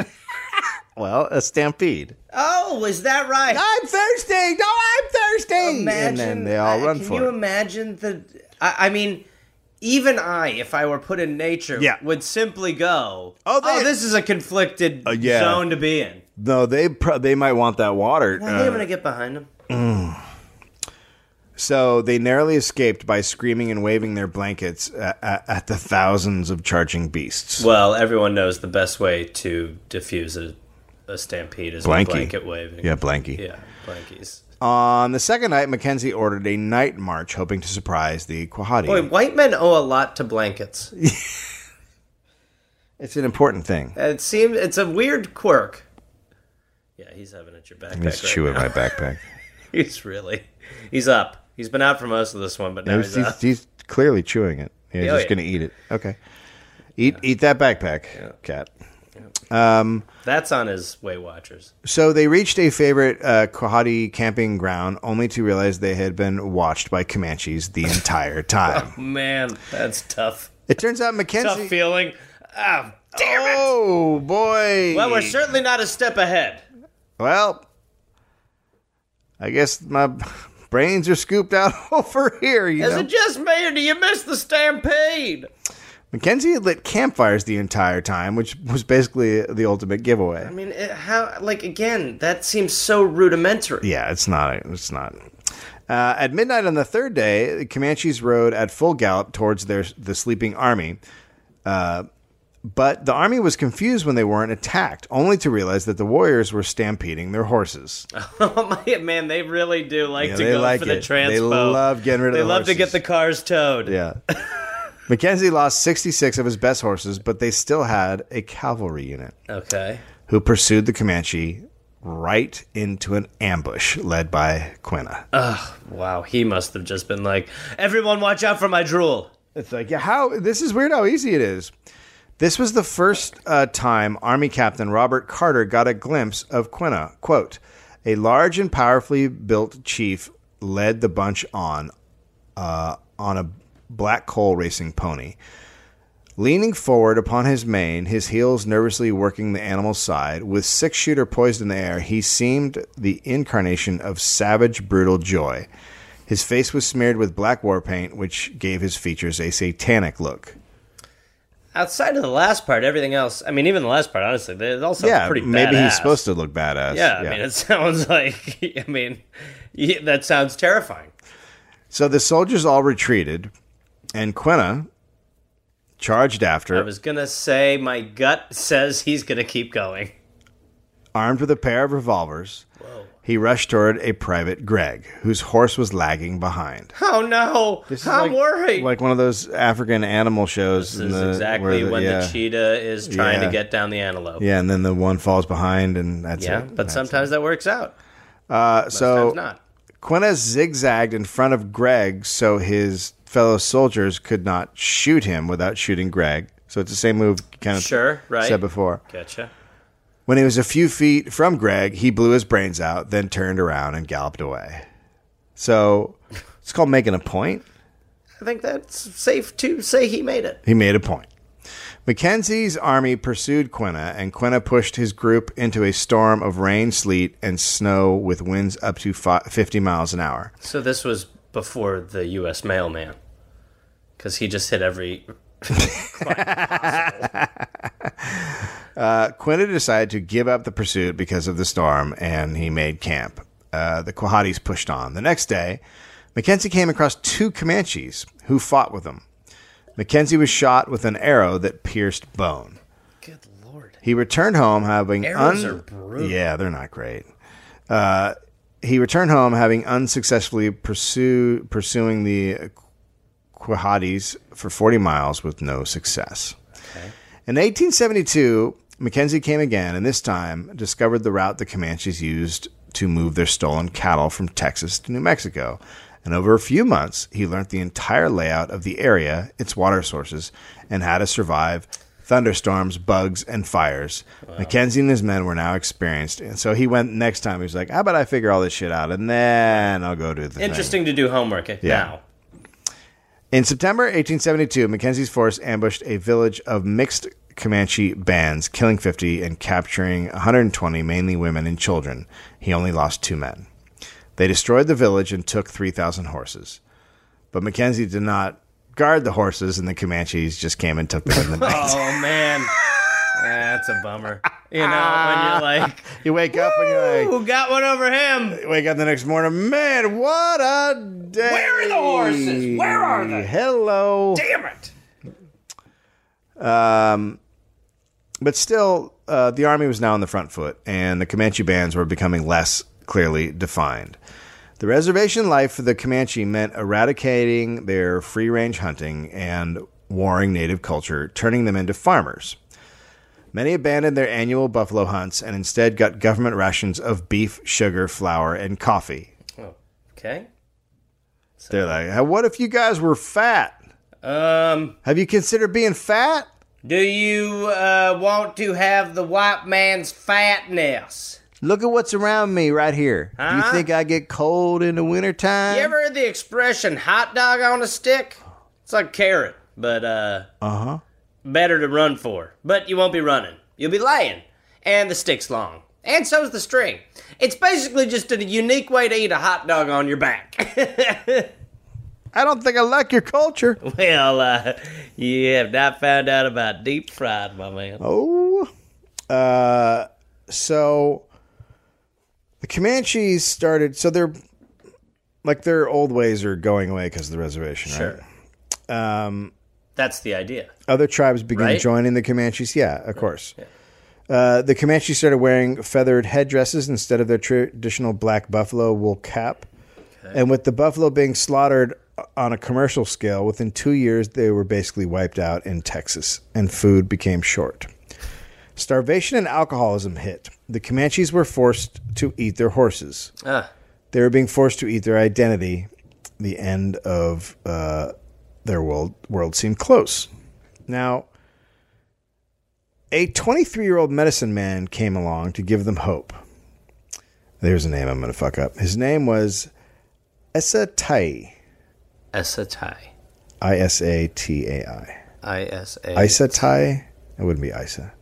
A: Well, a stampede.
C: Oh, is that right?
A: I'm thirsty. No, I'm thirsty. and then they all
C: I-
A: run
C: can
A: for
C: you
A: it.
C: imagine the? I, I mean, even I, if I were put in nature,
A: Yeah.
C: would simply go.
A: Oh, they- Uh,
C: this is a conflicted
A: yeah.
C: zone to be in.
A: No, they pro- they might want that water. uh,
C: I think I'm gonna get behind him.
A: So they narrowly escaped by screaming and waving their blankets at, at, at the thousands of charging beasts.
C: Well, everyone knows the best way to diffuse a, a stampede is
A: Blankie.
C: with blanket waving.
A: Yeah, Blanky.
C: Yeah, blankies.
A: On the second night, Mackenzie ordered a night march, hoping to surprise the Quahati.
C: Boy, white men owe a lot to blankets.
A: It's an important thing.
C: It seems it's a weird quirk. Yeah, he's having at your backpack.
A: He's
C: right
A: chewing
C: now.
A: my (laughs) backpack.
C: (laughs) He's really. He's up. He's been out for most of this one, but now
A: he's,
C: he's,
A: he's,
C: up.
A: he's clearly chewing it. uh, Yeah, he's
C: Oh,
A: just
C: yeah.
A: going to eat it. Okay. Eat eat that backpack, cat.
C: That's on his Weight Watchers.
A: So they reached a favorite uh, Quahati camping ground, only to realize they had been watched by Comanches the entire time.
C: (laughs) Man, that's tough.
A: it turns out
C: Tough
A: Mackenzie.
C: feeling. Ah, damn it.
A: Oh boy!
C: Well, we're certainly not a step ahead.
A: Well, I guess my brains are scooped out (laughs) over here. You
C: Is
A: know?
C: it just me, or do you miss the stampede?
A: Mackenzie had lit campfires the entire time, which was basically the ultimate giveaway.
C: I mean, it, how? Like again, that seems so rudimentary.
A: Yeah, it's not. It's not. Uh, at midnight on the third day, the Comanches rode at full gallop towards their the sleeping army. Uh, but the army was confused when they weren't attacked, only to realize that the warriors were stampeding their horses.
C: (laughs) Oh my man, they really do like
A: Yeah,
C: to
A: they
C: go
A: like
C: for the
A: it. They
C: transpo.
A: love getting rid of
C: They
A: the
C: love to
A: horses.
C: get the cars towed.
A: Yeah. Mackenzie lost 66 of his best horses, but they still had a cavalry unit
C: Okay.
A: who pursued the Comanche right into an ambush led by Quina.
C: Wow, he must have just been like, everyone watch out for my drool.
A: It's like, yeah, how this is weird how easy it is. This was the first uh, time Army Captain Robert Carter got a glimpse of Quina. Quote, a large and powerfully built chief led the bunch on uh, on a black coal racing pony. Leaning forward upon his mane, his heels nervously working the animal's side, with six shooter poised in the air, he seemed the incarnation of savage, brutal joy. His face was smeared with black war paint, which gave his features a satanic look.
C: Outside of the last part, everything else, I mean, even the last part, honestly, they it all sounds
A: yeah,
C: pretty
A: maybe
C: badass.
A: he's supposed to look badass.
C: Yeah, I mean, it (laughs) sounds like, I mean, y- that sounds terrifying.
A: so the soldiers all retreated, and Quenna charged
C: I
A: after,
C: was going to say my gut says he's going to keep going. (laughs)
A: armed with a pair of revolvers. He rushed toward a private Gregg, whose horse was lagging behind.
C: Oh, no.
A: This is like-
C: I'm worried.
A: Like one of those African animal shows.
C: this
A: in
C: is
A: the-
C: exactly
A: where
C: when
A: yeah.
C: the cheetah is trying
A: Yeah.
C: to get down the antelope.
A: Yeah, and then the one falls behind, and that's
C: Yeah,
A: it.
C: but
A: That's
C: sometimes that works out.
A: it. so
C: Sometimes not.
A: Quintus zigzagged in front of Greg so his fellow soldiers could not shoot him without shooting Greg. So it's the same move kind of
C: Sure, right.
A: said before.
C: Gotcha.
A: When he was a few feet from Greg, he blew his brains out, then turned around and galloped away. So it's called making a point.
C: I think that's safe to say he made it.
A: He made a point. Mackenzie's army pursued Quinna, and Quinna pushed his group into a storm of rain, sleet, and snow with winds up to fi- 50 miles an hour.
C: So this was before the U.S. mailman, because he just hit (laughs) every.
A: Quinta decided to give up the pursuit because of the storm, and he made camp. Uh, the Quahadis pushed on. The next day, Mackenzie came across two Comanches who fought with him. Mackenzie was shot with an arrow that pierced bone.
C: Good lord!
A: He returned home having
C: Arrows
A: un-
C: are brutal.
A: Yeah, they're not great. Uh, he returned home having unsuccessfully pursue pursuing the Quahadis for 40 miles with no success. In 1872, Mackenzie came again, and this time discovered the route the Comanches used to move their stolen cattle from Texas to New Mexico. And over a few months, he learned the entire layout of the area, its water sources, and how to survive thunderstorms, bugs, and fires. Mackenzie and his men were now experienced, and so he went next time. He was like, "How about I figure all this shit out, and then I'll go do the thing."
C: Interesting to do homework now.
A: In September 1872, Mackenzie's force ambushed a village of mixed Comanche bands, killing 50 and capturing 120, mainly women and children. He only lost two men. They destroyed the village and took 3,000 horses. But Mackenzie did not guard the horses, and the Comanches just came and took
C: (laughs)
A: them in the night.
C: Oh man, that's a bummer. You know, when you're (laughs) like,
A: You wake up and you're like,
C: "Who got one over him?"
A: you wake up the next morning, man, what a day! Where
D: are the horses? Where are they?
A: Hello.
D: Damn it.
A: But still, uh, the army was now on the front foot, and the Comanche bands were becoming less clearly defined. The reservation life for the Comanche meant eradicating their free range hunting and warring native culture, turning them into farmers. Many abandoned their annual buffalo hunts and instead got government rations of beef, sugar, flour, and coffee.
C: Okay.
A: They're like, what if you guys were fat?
C: Um,
A: Have you considered being fat?
C: do you uh, want to have the white man's fatness?
A: Look at what's around me right here. Do you
C: Huh?
A: think I get cold in the wintertime?
C: You ever heard the expression "hot dog on a stick"? It's like carrot, but uh, uh huh, better to run for. But you won't be running; you'll be laying, and the stick's long, and so's the string. It's basically just a unique way to eat a hot dog on your back. (laughs)
A: I don't think I like your culture.
C: well, uh, you have not found out about deep fried, my man.
A: Oh. Uh, so the Comanches started. So they're like their old ways are going away because of the reservation, right?
C: That's the idea.
A: Other tribes began
C: Right?
A: joining the Comanches. Yeah, of course. Uh, the Comanches started wearing feathered headdresses instead of their traditional black buffalo wool cap. And with the buffalo being slaughtered on a commercial scale, within two years, they were basically wiped out in Texas, and food became short. Starvation and alcoholism hit. The Comanches were forced to eat their horses.
C: Uh,
A: They were being forced to eat their identity. The end of uh, their world world seemed close. Now, a 23 year old medicine man came along to give them hope. There's a name I'm going to fuck up. His name was Essa Tai.
C: Isatai.
A: I S A T A I.
C: I S A.
A: Isa Tai? It wouldn't be Isa.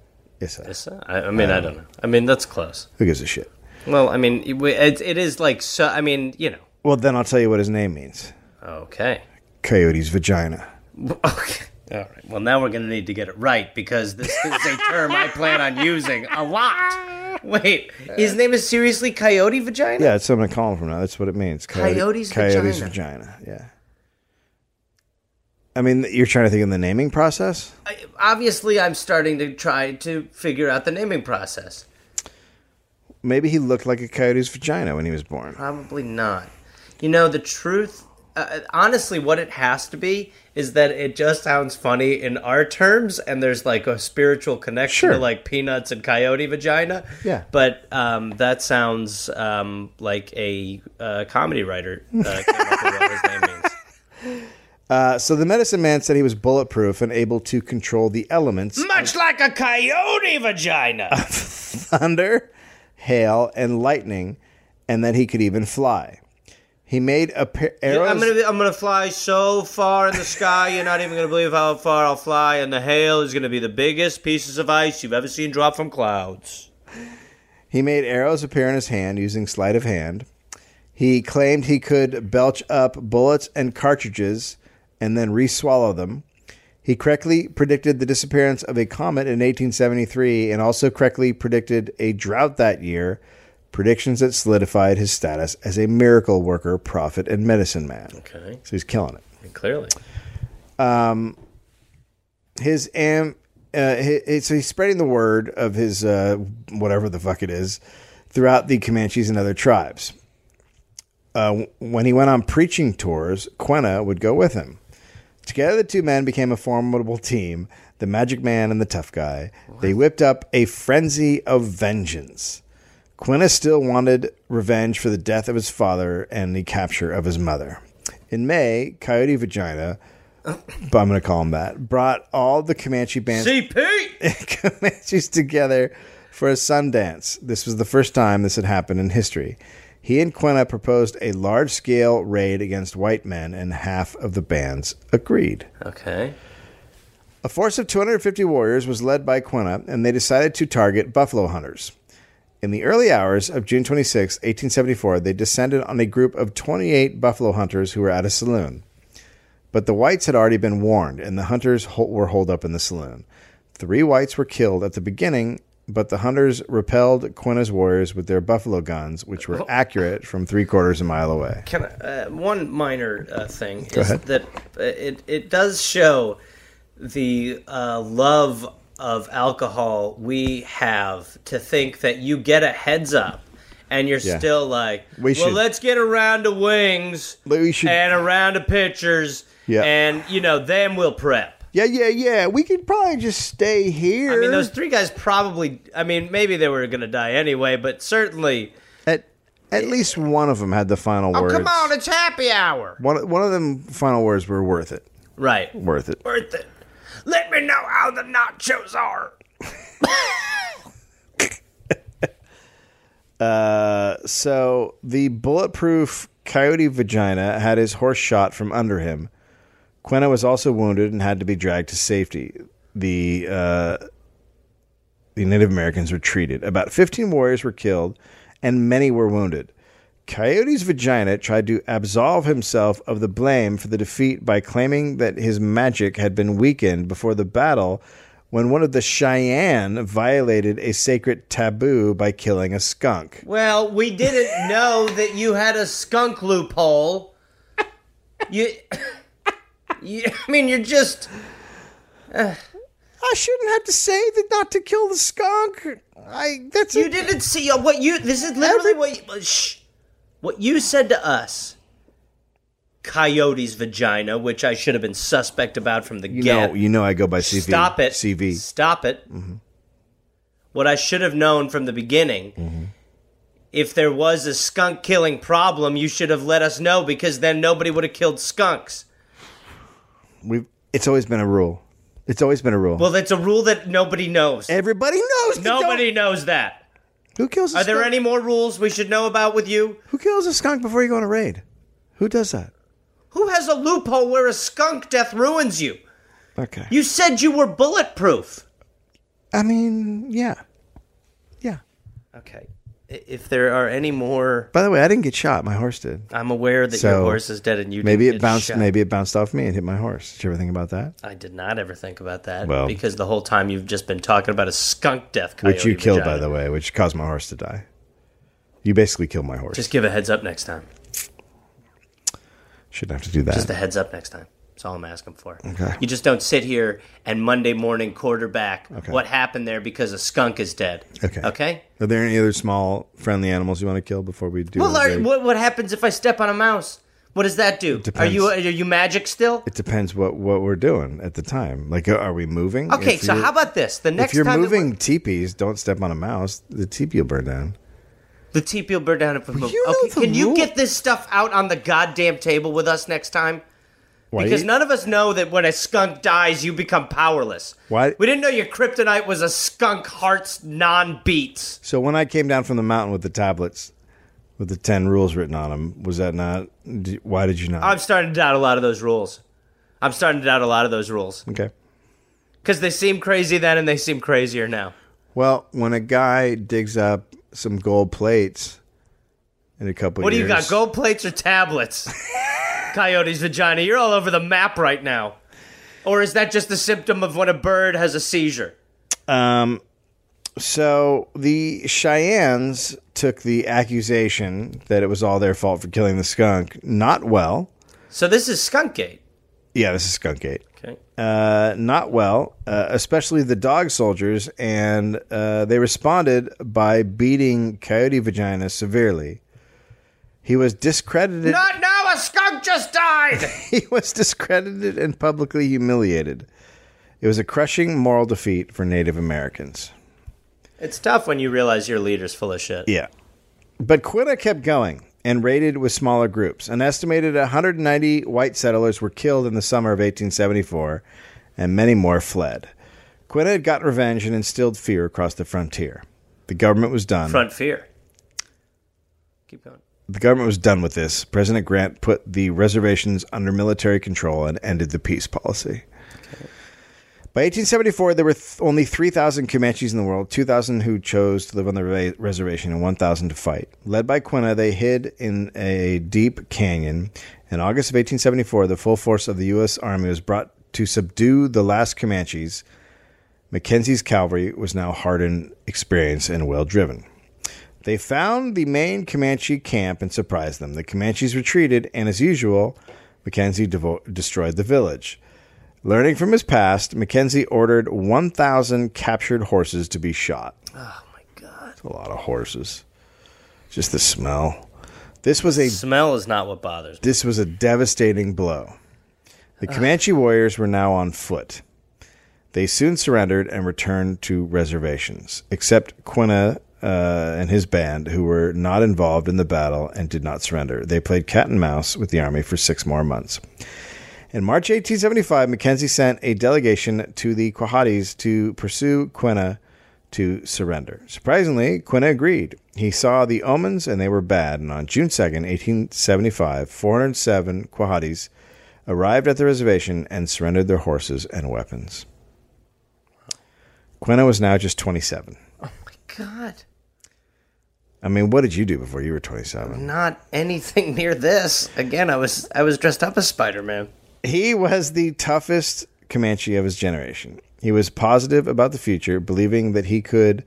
A: Issa.
C: Isa? I, I mean, I don't know. I mean, that's close.
A: Who gives a shit?
C: Well, I mean, it, it, it is like so. I mean, you know.
A: Well, then I'll tell you what his name means
C: Okay. (laughs)
A: Coyote's vagina.
C: Okay. All right. Well, now we're going to need to get it right because this is a term I plan on using a lot. Wait, his name is seriously Coyote Vagina?
A: Yeah, that's what I'm going to call him from now. That's what it means. Coyote-
C: Coyote's
A: Coyote's
C: vagina.
A: vagina. Yeah. I mean, you're trying to think in the naming process?
C: I- obviously, I'm starting to try to figure out the naming process.
A: Maybe he looked like a coyote's vagina when he was born.
C: Probably not. You know, the truth, uh, honestly, what it has to be is that it just sounds funny in our terms, and there's like a spiritual connection
A: Sure.
C: to like peanuts and coyote vagina.
A: Yeah.
C: But um, that sounds um, like a uh, comedy writer uh, came up with what his name means.
A: Uh, so the medicine man said he was bulletproof and able to control the elements (laughs)
B: Much (laughs) like a coyote vagina.
A: thunder, hail, and lightning, and that he could even fly. He made a pair arrows.
C: (laughs) I'm gonna be, I'm gonna fly so far in the sky, you're not even gonna believe how far I'll fly, and the hail is gonna be the biggest pieces of ice you've ever seen drop from clouds.
A: He made arrows appear in his hand using sleight of hand. He claimed he could belch up bullets and cartridges and then re-swallow them. He correctly predicted the disappearance of a comet in 1873 and also correctly predicted a drought that year, predictions that solidified his status as a miracle worker, prophet, and medicine man.
C: Okay,
A: So he's killing it.
C: clearly.
A: his am uh, hi hi- so he's spreading the word of his uh, whatever the fuck it is throughout the Comanches and other tribes. Uh, w- when he went on preaching tours, Quena would go with him. Together, the two men became a formidable team: the Magic Man and the Tough Guy. They whipped up a frenzy of vengeance. Quintus still wanted revenge for the death of his father and the capture of his mother. In May, Coyote Vagina, (coughs) but I'm going to call him that, brought all the Comanche bands
C: CP.
A: Comanches together for a Sundance. This was the first time this had happened in history. He and Quina proposed a large scale raid against white men, and half of the bands agreed.
C: Okay.
A: A force of 250 warriors was led by Quina, and they decided to target buffalo hunters. In the early hours of June 26, 1874, they descended on a group of 28 buffalo hunters who were at a saloon. But the whites had already been warned, and the hunters hol- were holed up in the saloon. Three whites were killed at the beginning, but the hunters repelled Quina's warriors with their buffalo guns, which were accurate from three quarters of a mile away.
C: Can I, uh, one minor uh, thing is
A: ahead.
C: that uh, it it does show the uh, love of alcohol we have to think that you get a heads up and you're
A: Yeah.
C: still like,
A: We
C: well,
A: should-
C: let's get a round of wings
A: But we should-
C: and a round of pitchers,
A: Yeah.
C: and you know, then we'll prep.
A: Yeah, yeah, yeah. We could probably just stay here.
C: I mean, those three guys probably. I mean, maybe they were going to die anyway, but certainly.
A: At, at least one of them had the final words.
C: Oh, Come on, it's happy hour.
A: One, one of them final words were worth it.
C: Right.
A: Worth it.
C: Worth it. Let me know how the nachos are.
A: Uh, So the bulletproof coyote vagina had his horse shot from under him. Quena was also wounded and had to be dragged to safety. The uh, the Native Americans retreated. About 15 warriors were killed, and many were wounded. Coyote's vagina tried to absolve himself of the blame for the defeat by claiming that his magic had been weakened before the battle when one of the Cheyenne violated a sacred taboo by killing a skunk.
C: Well, we
A: (laughs)
C: didn't know that you had a skunk loophole. You, you I mean, you're just.
A: I shouldn't have to say that not to kill the skunk. I that's
C: uh, You didn't see what you. This is literally what. You, shh. What you said to us coyote's vagina, which I should have been suspect about from the
A: You
C: get.
A: know, Mm-hmm. you know I go by CV.
C: Stop it.
A: CV.
C: Stop it. What I should have known from the beginning.
A: Mm-hmm.
C: If there was a skunk killing problem, you should have let us know because then nobody would have killed skunks.
A: We've, it's always been a rule. It's always been a rule.
C: Well, that's a rule that nobody knows.
A: Everybody knows. they don't-
C: Nobody knows that.
A: Who kills? A
C: Are there
A: skunk?
C: any more rules we should know about with you?
A: Who kills a skunk before you go on a raid? Who does that?
C: Who has a loophole where a skunk death ruins you?
A: Okay.
C: You said you were bulletproof.
A: I mean, yeah, yeah.
C: Okay. I- If there are any more,
A: By the way, I didn't get shot. My horse did.
C: I'm aware that your
A: So,
C: horse is dead and you
A: Maybe
C: didn't
A: it
C: get
A: bounced.
C: shot.
A: Maybe it bounced off me and hit my horse. Did you ever think about that?
C: I did not ever think about that
A: Well-
C: because the whole time you've just been talking about a skunk death. Coyote
A: Which you killed, by
C: vagina.
A: the way, which caused my horse to die. You basically killed my horse.
C: Just give a heads up next time.
A: Shouldn't have to do that.
C: Just a heads up next time. That's all I'm asking for.
A: Okay.
C: You just don't sit here and Monday morning quarterback
A: Okay.
C: what happened there because a skunk is dead.
A: Okay.
C: Okay.
A: Are there any other small friendly animals you want to kill before we do?
C: Well,
A: our
C: are,
A: big-
C: what what happens if I step on a mouse? What does that do? Are
A: depends.
C: you are you magic still?
A: It depends what what we're doing at the time. Like, uh, are we moving?
C: Okay,
A: If
C: so
A: you're-
C: how about this? The next
A: if you're
C: time that
A: moving
C: we're-
A: teepees, don't step on a mouse. The teepee will burn down.
C: the teepee will burn down if we move.
A: you know
C: Okay,
A: the
C: can you
A: rule.
C: get this stuff out on the goddamn table with us next time?
A: Why?
C: Because none of us know that when a skunk dies, you become powerless.
A: Why-
C: We didn't know your kryptonite was a skunk hearts non beats.
A: so when I came down from the mountain with the tablets, with the ten rules written on them, was that not? d- Why did you not?
C: I'm starting to doubt a lot of those rules. I'm starting to doubt a lot of those rules
A: okay.
C: because they seem crazy then and they seem crazier now.
A: Well, when a guy digs up some gold plates in a couple
C: What do you
A: years,
C: got? Gold plates or (laughs) tablets? Coyote's vagina. You're all over the map right now. Or is that just a symptom of when a bird has a seizure?
A: Um, so the Cheyennes took the accusation that it was all their fault for killing the skunk. Not well.
C: So this is skunkgate.
A: Yeah, this is Skunkgate.
C: Okay.
A: Uh, not well, uh, especially the dog soldiers, and uh, they responded by beating Coyote Vagina severely. He was discredited.
C: Not now. A skunk just died.
A: (laughs)
C: (laughs)
A: he was discredited and publicly humiliated. It was a crushing moral defeat for Native Americans.
C: it's tough when you realize your leader's full of shit.
A: Yeah. But Quina kept going and raided with smaller groups. An estimated 190 white settlers were killed in the summer of 1874, and many more fled. Quina had gotten revenge and instilled fear across the frontier. The government was done.
C: Front fear. Keep going.
A: the government was done with this. President Grant put the reservations under military control and ended the peace policy. By 1874, there were th- only 3,000 Comanches in the world, 2,000 who chose to live on the re- reservation, and 1,000 to fight. Led by Quina, they hid in a deep canyon. In August of 1874, the full force of the U.S. Army was brought to subdue the last Comanches. Mackenzie's cavalry was now hardened, experienced, and well driven. They found the main Comanche camp and surprised them. The Comanches retreated, and as usual, Mackenzie devo- destroyed the village. Learning from his past, Mackenzie ordered 1,000 captured horses to be shot. Oh my God. That's a lot of horses. Just the smell. This was a
C: Smell is not what bothers me.
A: this was a devastating blow. The Comanche warriors were now on foot. They soon surrendered and returned to reservations, except Quina uh, and his band, who were not involved in the battle and did not surrender. They played cat and mouse with the army for six more months. In March 1875, Mackenzie sent a delegation to the Quahades to pursue Quina to surrender. Surprisingly, Quina agreed. He saw the omens and they were bad, and on June 2nd, 1875, 407 Quahades arrived at the reservation and surrendered their horses and weapons. Quina was now just 27.
C: God,
A: I mean, what did you do before you were 27?
C: not anything (laughs) near this. Again, I was I was dressed up as Spider Man.
A: He was the toughest Comanche of his generation. He was positive about the future, believing that he could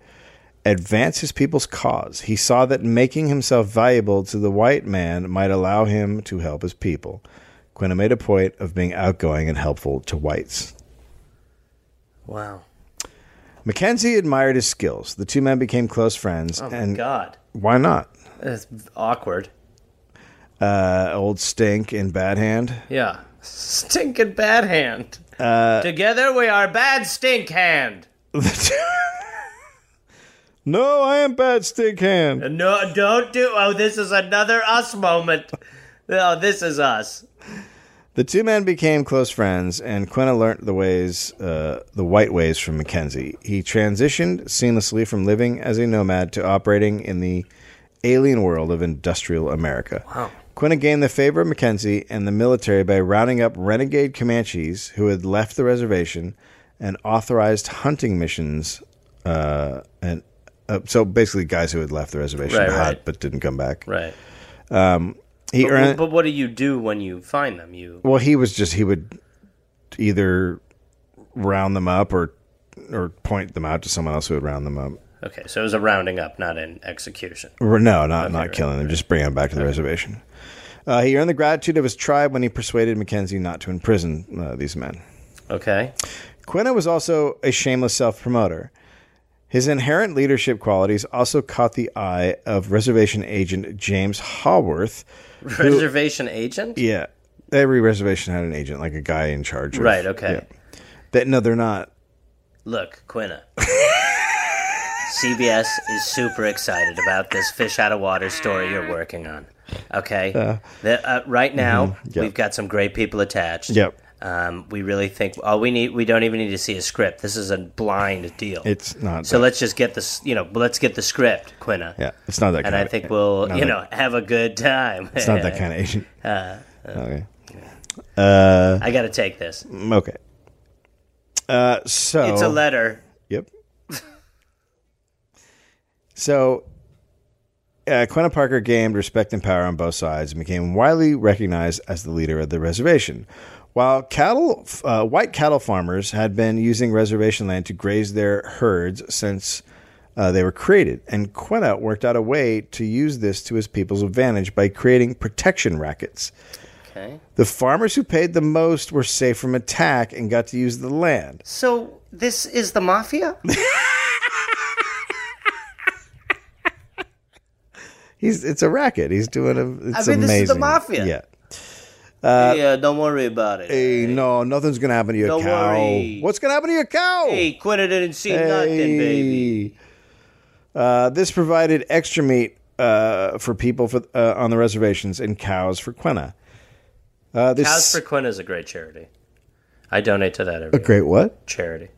A: advance his people's cause. He saw that making himself valuable to the white man might allow him to help his people. Quina made a point of being outgoing and helpful to whites.
C: Wow.
A: Mackenzie admired his skills. The two men became close friends.
C: Oh my
A: and
C: God.
A: why not?
C: That's awkward.
A: uh, old Stink and Bad Hand.
B: Yeah.
C: Stink and bad hand.
A: Uh,
B: Together we are bad stink hand.
A: no, I am Bad Stink Hand.
B: No, don't do. Oh, this is another us moment. Oh, this is us.
A: The two men became close friends, and Quenna learnt the ways, uh, the white ways from Mackenzie. He transitioned seamlessly from living as a nomad to operating in the alien world of industrial America. Wow. Quenna gained the favor of Mackenzie and the military by rounding up renegade Comanches who had left the reservation and authorized hunting missions. Uh, and uh, so basically, guys who had left the reservation
C: Right,
A: hot
C: right.
A: but didn't come back.
C: Right.
A: He earned.
C: But what do you do when you find them? You
A: Well, he was just he would either round them up or or point them out to someone else who would round them up.
C: okay? So it was a rounding up, not an execution.
A: Or no, not not killing them, just bringing them back to the reservation. Uh, he earned the gratitude of his tribe when he persuaded Mackenzie not to imprison uh, these men.
C: Okay.
A: Quinna was also a shameless self promoter. His inherent leadership qualities also caught the eye of reservation agent James Haworth.
C: Reservation agent.
A: Yeah, every reservation had an agent, like a guy in charge. Of,
C: Right. Okay.
A: yeah. That no, they're not.
C: Look, Quinna. (laughs) CBS is super excited about this fish out of water story you're working on. Okay, The- uh, right now
A: mm-hmm, yeah.
C: we've got some great people attached.
A: Yep.
C: Um, we really think all we need. We don't even need to see a script. This is a blind deal.
A: It's not.
C: so
A: that-
C: let's just get this. You know, let's get the script, Quinna.
A: Yeah, it's not that.
C: And
A: kind
C: I
A: of,
C: think we'll,
A: not
C: you
A: that-
C: know, have a good time.
A: it's not
C: (laughs)
A: that kind of agent.
C: uh,
A: okay.
C: I gotta take this.
A: Mm, Okay. Uh, so
C: It's a letter.
A: Yep. so, uh, Quenna Parker gained respect and power on both sides and became widely recognized as the leader of the reservation. While cattle, uh, white cattle farmers had been using reservation land to graze their herds since uh, they were created, and Quenna worked out a way to use this to his people's advantage by creating protection rackets.
C: Okay.
A: The farmers who paid the most were safe from attack and got to use the land.
C: So this is the mafia.
A: He's it's a racket. He's doing a. It's
C: mean,
A: amazing.
C: this is the mafia.
A: Yeah. Uh,
C: yeah, don't worry about it.
A: Hey, no, nothing's gonna happen to your
C: Don't
A: cow.
C: worry.
A: What's gonna happen to your cow?
C: Hey, Quinta didn't see nothing, baby.
A: Hey. Uh, this provided extra meat uh, for people for, uh, on the reservations and cows for Quenna. Uh, this
C: Cows for Quinta is a great charity. I donate to that every
A: a great what? (laughs)
C: charity.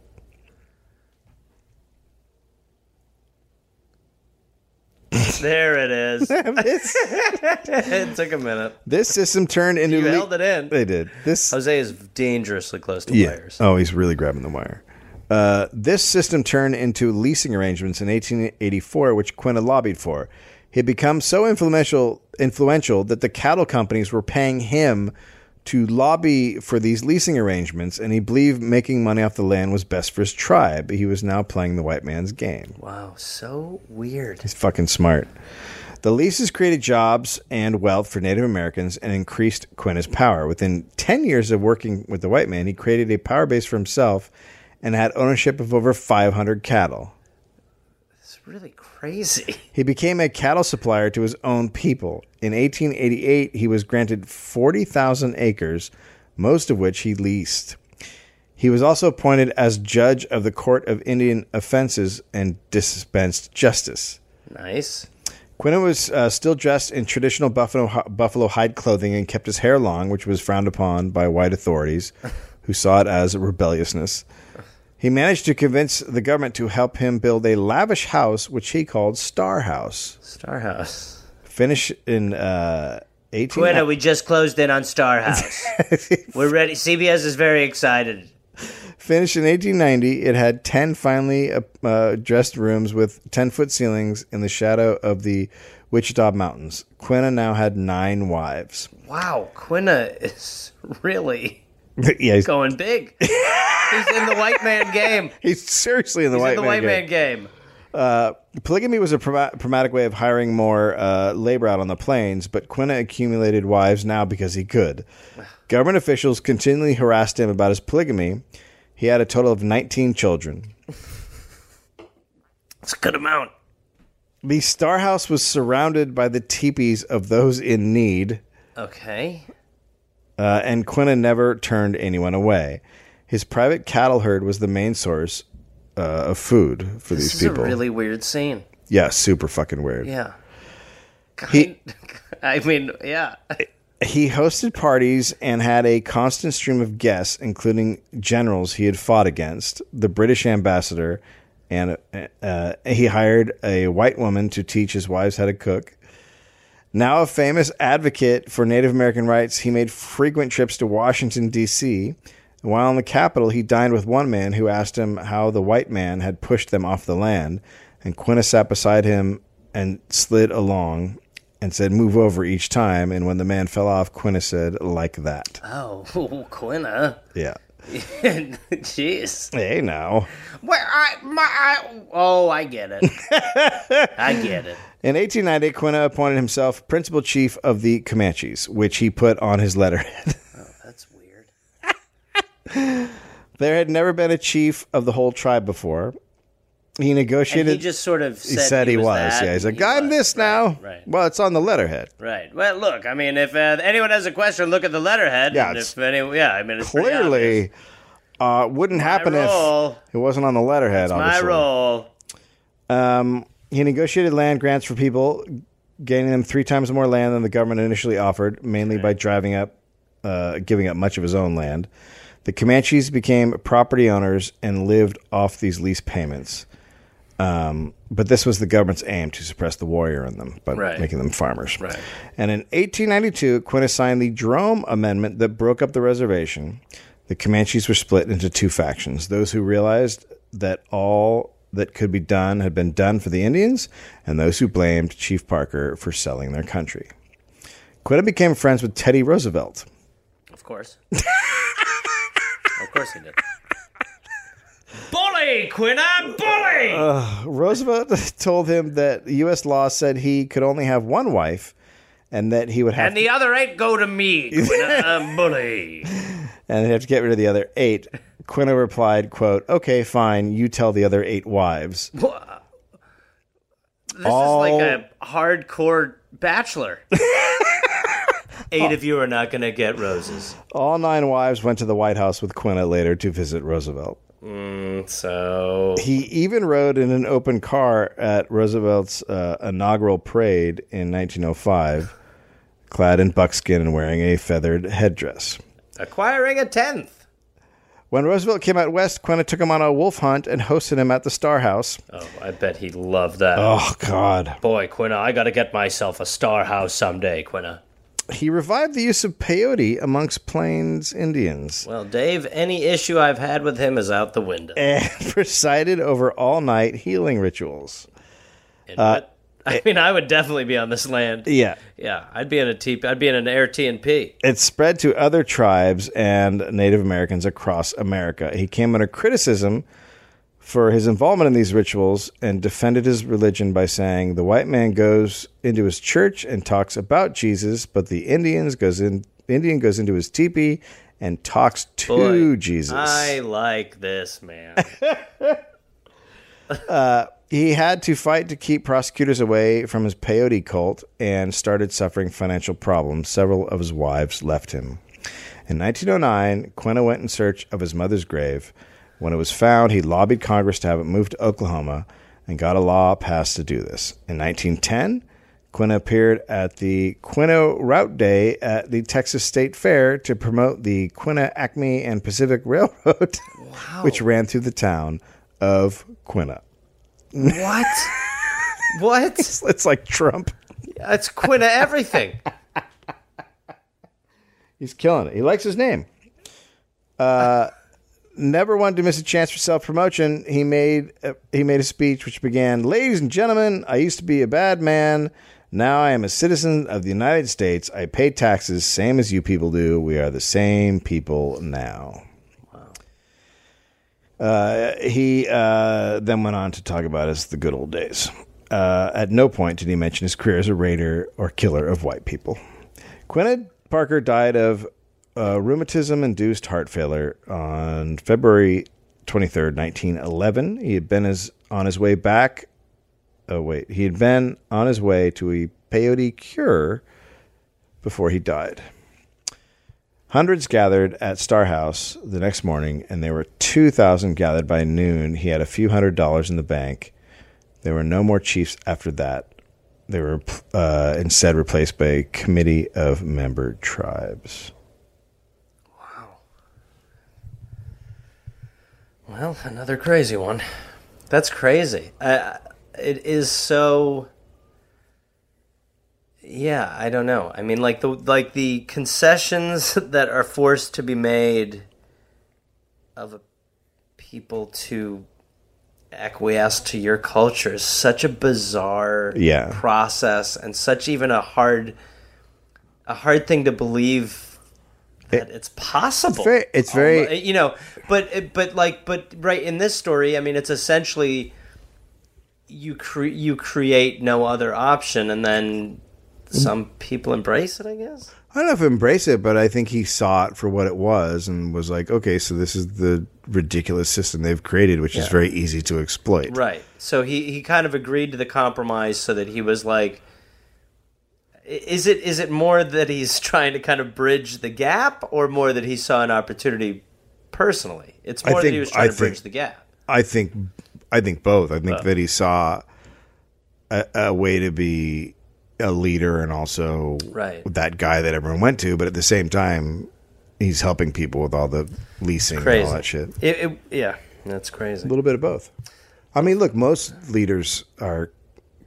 C: there
A: (laughs)
C: it is. (laughs) it took a minute.
A: This system turned into
C: You
A: le-
C: held it in.
A: They did this.
C: Jose is dangerously close to
A: Yeah.
C: wires.
A: Oh, he's really grabbing the wire. Uh, this system turned into leasing arrangements in 1884, which Quinn had lobbied for. He had become so influential, influential that the cattle companies were paying him to lobby for these leasing arrangements, and he believed making money off the land was best for his tribe. He was now playing the white man's game.
C: Wow, so weird.
A: He's fucking smart. The leases created jobs and wealth for Native Americans and increased Quinna's power. Within 10 years of working with the white man, he created a power base for himself and had ownership of over 500 cattle.
C: It's really
B: (laughs)
C: crazy.
A: He became a cattle supplier to his own people. In 1888, he was granted 40,000 acres, most of which he leased. He was also appointed as judge of the Court of Indian Offenses and dispensed justice.
C: Nice.
A: Quinna was uh, still dressed in traditional buffalo, buffalo hide clothing and kept his hair long, which was frowned upon by white
C: (laughs)
A: authorities who saw it as rebelliousness. He managed to convince the government to help him build a lavish house, which he called Star House.
C: Star House.
A: Finished in uh, 18...
B: Quinta, we just closed in on
A: (laughs)
B: Star House. We're ready. CBS is very excited.
A: Finished in 1890, it had 10 finely uh, uh, dressed rooms with 10 foot ceilings in the shadow of the Wichita Mountains. Quinna now had nine wives. (laughs)
C: Wow, Quinta is really
A: yeah, he's,
C: going
A: (laughs)
C: big. He's in the white man game.
A: he's seriously in the
C: He's
A: white
C: in the
A: man
C: white
A: game.
C: man game.
A: Polygamy was a prom- pragmatic way of hiring more uh, labor out on the plains, but Quinna accumulated wives now because he could. Government officials continually harassed him about his polygamy. He had a total of 19 children.
C: It's a good amount.
A: The star house was surrounded by the teepees of those in need.
B: Okay.
A: uh, and Quinnen never turned anyone away. His private cattle herd was the main source uh, of food for
B: This
A: these
B: is
A: people.
B: a really weird scene.
A: yeah, super fucking weird.
B: Yeah.
A: He-
B: (laughs) I mean, yeah.
A: He hosted parties and had a constant stream of guests, including generals he had fought against, the British ambassador, and uh, uh, he hired a white woman to teach his wives how to cook. Now a famous advocate for Native American rights, he made frequent trips to Washington, D.C. While in the capital, he dined with one man who asked him how the white man had pushed them off the land, and Quintus sat beside him and slid along and said, Move over each time. And when the man fell off, Quintus said, Like that.
B: Oh, (laughs) Quinna. (laughs)
A: Yeah.
B: Jeez.
A: Hey, now.
B: Where I my I, oh I get it. (laughs) I get it.
A: In 1890, Quinna appointed himself principal chief of the Comanches, which he put on his letterhead.
B: That's weird.
A: There had never been a chief of the whole tribe before. He negotiated.
B: And he just sort of said
A: he said he was.
B: that,
A: yeah, he's
B: and
A: like,
B: he
A: I'm
B: was."
A: this now.
B: right.
A: Well, it's on the letterhead.
B: Right. Well, look. I mean, if uh, anyone has a question, look at the letterhead.
A: Yeah,
B: and
A: it's
B: if any, yeah. I mean, it's pretty obvious.
A: Clearly, uh, wouldn't happen
B: my
A: if
B: role.
A: it wasn't on the letterhead.
B: My
A: obviously.
B: role.
A: Um, he negotiated land grants for people, gaining them three times more land than the government initially offered, mainly by driving up, uh, giving up much of his own land. The Comanches became property owners and lived off these lease payments. Um, but this was the government's aim to suppress the warrior in them by
B: Right.
A: making them farmers.
B: Right.
A: And in 1892, Quintus signed the Drome Amendment that broke up the reservation. The Comanches were split into two factions: those who realized that all that could be done had been done for the Indians, and those who blamed Chief Parker for selling their country. Quintus became friends with Teddy Roosevelt. (laughs)
B: Of course. of course he did. Bully, Quinna, bully.
A: Roosevelt (laughs) told him that U.S. law said he could only have one wife, and that he would have
B: and the other eight go to me, Quinna, bully.
A: and they have to get rid of the other eight. Quinna replied, quote, okay, fine, you tell the other eight wives.
B: This is like a hardcore
A: (laughs)
B: bachelor.
C: Eight of you are not going to get roses.
A: All nine wives went to the White House with Quinna later to visit Roosevelt.
C: So
A: He even rode in an open car at Roosevelt's uh, inaugural parade in 1905, clad in buckskin and wearing a feathered headdress.
B: Acquiring a tenth.
A: When Roosevelt came out west, Quinna took him on a wolf hunt and hosted him at the Star House.
C: oh, I bet he loved that.
A: Oh, God.
C: Boy, Quinna, I got to get myself a star house someday, Quinna.
A: He revived the use of peyote amongst Plains Indians.
C: Well, Dave, any issue I've had with him is out the window.
A: and (laughs) presided over all night healing rituals.
C: And what- (laughs) I mean, I would definitely be on this land.
A: uh, eh. Yeah.
C: Yeah, I'd be in a T. I'd be in an air T and P.
A: It spread to other tribes and Native Americans across America. He came under criticism for his involvement in these rituals and defended his religion by saying the white man goes into his church and talks about Jesus, but the Indians goes in Indian goes into his teepee and talks to
C: Boy,
A: Jesus.
C: I like this man. (laughs)
A: He had to fight to keep prosecutors away from his peyote cult and started suffering financial problems. Several of his wives left him. In 1909, Quinna went in search of his mother's grave. When it was found, he lobbied Congress to have it moved to Oklahoma and got a law passed to do this. In 1910, Quinna appeared at the Quinno Route Day at the Texas State Fair to promote the Quinna Acme and Pacific Railroad, (laughs) which ran through the town of Quinna.
B: What? what?
A: (laughs) It's like Trump.
B: That's Quinna everything.
A: He's killing it. He likes his name. Uh, (laughs) never wanted to miss a chance for self promotion. He made uh, he made a speech which began, "Ladies and gentlemen, I used to be a bad man. Now I am a citizen of the United States. I pay taxes same as you people do. We are the same people now." he uh, then went on to talk about as the good old days. Uh, at no point did he mention his career as a raider or killer of white people. Quinna Parker died of uh, rheumatism-induced heart failure on February 23rd, 1911. He had been his, on his way back. Oh wait, he had been on his way to a peyote cure before he died. Hundreds gathered at Star House the next morning, and there were 2,000 gathered by noon. He had a few hundred dollars in the bank. There were no more chiefs after that. They were uh, instead replaced by a committee of member tribes.
C: Well, another crazy one. That's crazy. Uh, it is so. Yeah, I don't know. I mean, like the like the concessions (laughs) that are forced to be made of a people to acquiesce to your culture is such a bizarre
A: Yeah.
C: process and such even a hard a hard thing to believe that it's possible.
A: Very, it's very.
C: Almo- you know but but like but right in this story i mean it's essentially you cre- you create no other option and then some people embrace it i guess
A: I don't know if embrace it, but I think he saw it for what it was and was like, okay, so this is the ridiculous system they've created, which is very easy to exploit.
C: right so he he kind of agreed to the compromise so that he was like i- is it is it more that he's (laughs) trying to kind of bridge the gap or more that he saw an opportunity personally it's
A: I
C: more that
A: think-
C: he was
A: I
C: trying to
A: think-
C: bridge the gap
A: I think, I think both. I think that he saw a, a way to be a leader and also
C: Right.
A: that guy that everyone went to, but at the same time, he's helping people with all the leasing and
C: Crazy.
A: all that shit. A
C: it, it, yeah that's crazy
A: little bit of both. I mean, look, most leaders are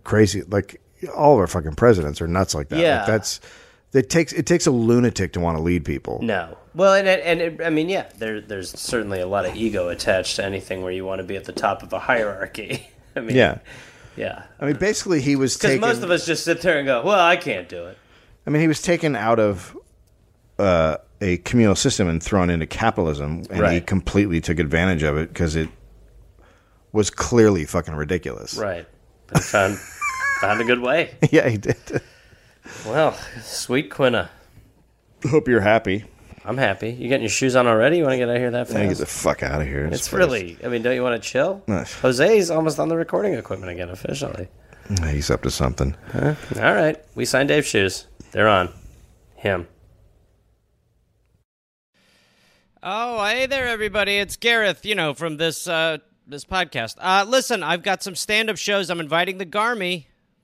A: crazy. Like all of our fucking presidents are nuts like that.
C: Yeah.
A: Like, that's it takes it takes a lunatic to want to lead people.
C: No. Well, and it, and it, I mean, yeah, there there's certainly a lot of ego attached to anything where you want to be at the top of a hierarchy. (laughs) I mean,
A: Yeah.
C: yeah.
A: I mean, basically, he was
C: Because
A: taken.
C: most of us just sit there and go, "Well, I can't do it."
A: I mean, he was taken out of uh, a communal system and thrown into capitalism, and he
C: Right.
A: completely took advantage of it because it was clearly fucking ridiculous.
C: Right. But found (laughs) found a good way.
A: (laughs) Yeah, he did.
C: Well, sweet Quinna,
A: Hope you're happy.
C: I'm happy. You getting your shoes on already? You want to get out of here that
A: I
C: fast?
A: get the fuck out of here.
C: it's really. I mean, don't you want to chill?
A: Nice.
C: Jose's almost on the recording equipment again officially.
A: He's up to something.
C: All right, we signed Dave's shoes. They're on him.
G: Oh, hey there, everybody. It's Gareth, you know, from this uh, this podcast. Uh, listen, I've got some stand up shows I'm inviting the Garmy,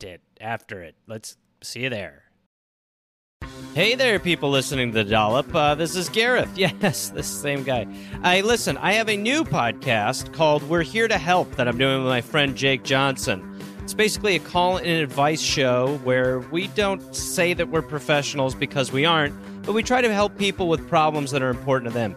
G: it after it. Let's see you there. Hey there, people listening to the Dollop. Uh, this is Gareth. (laughs) Yes, this same guy. I listen. I have a new podcast called "We're Here to Help" that I'm doing with my friend Jake Johnson. It's basically a call and advice show where we don't say that we're professionals because we aren't, but we try to help people with problems that are important to them.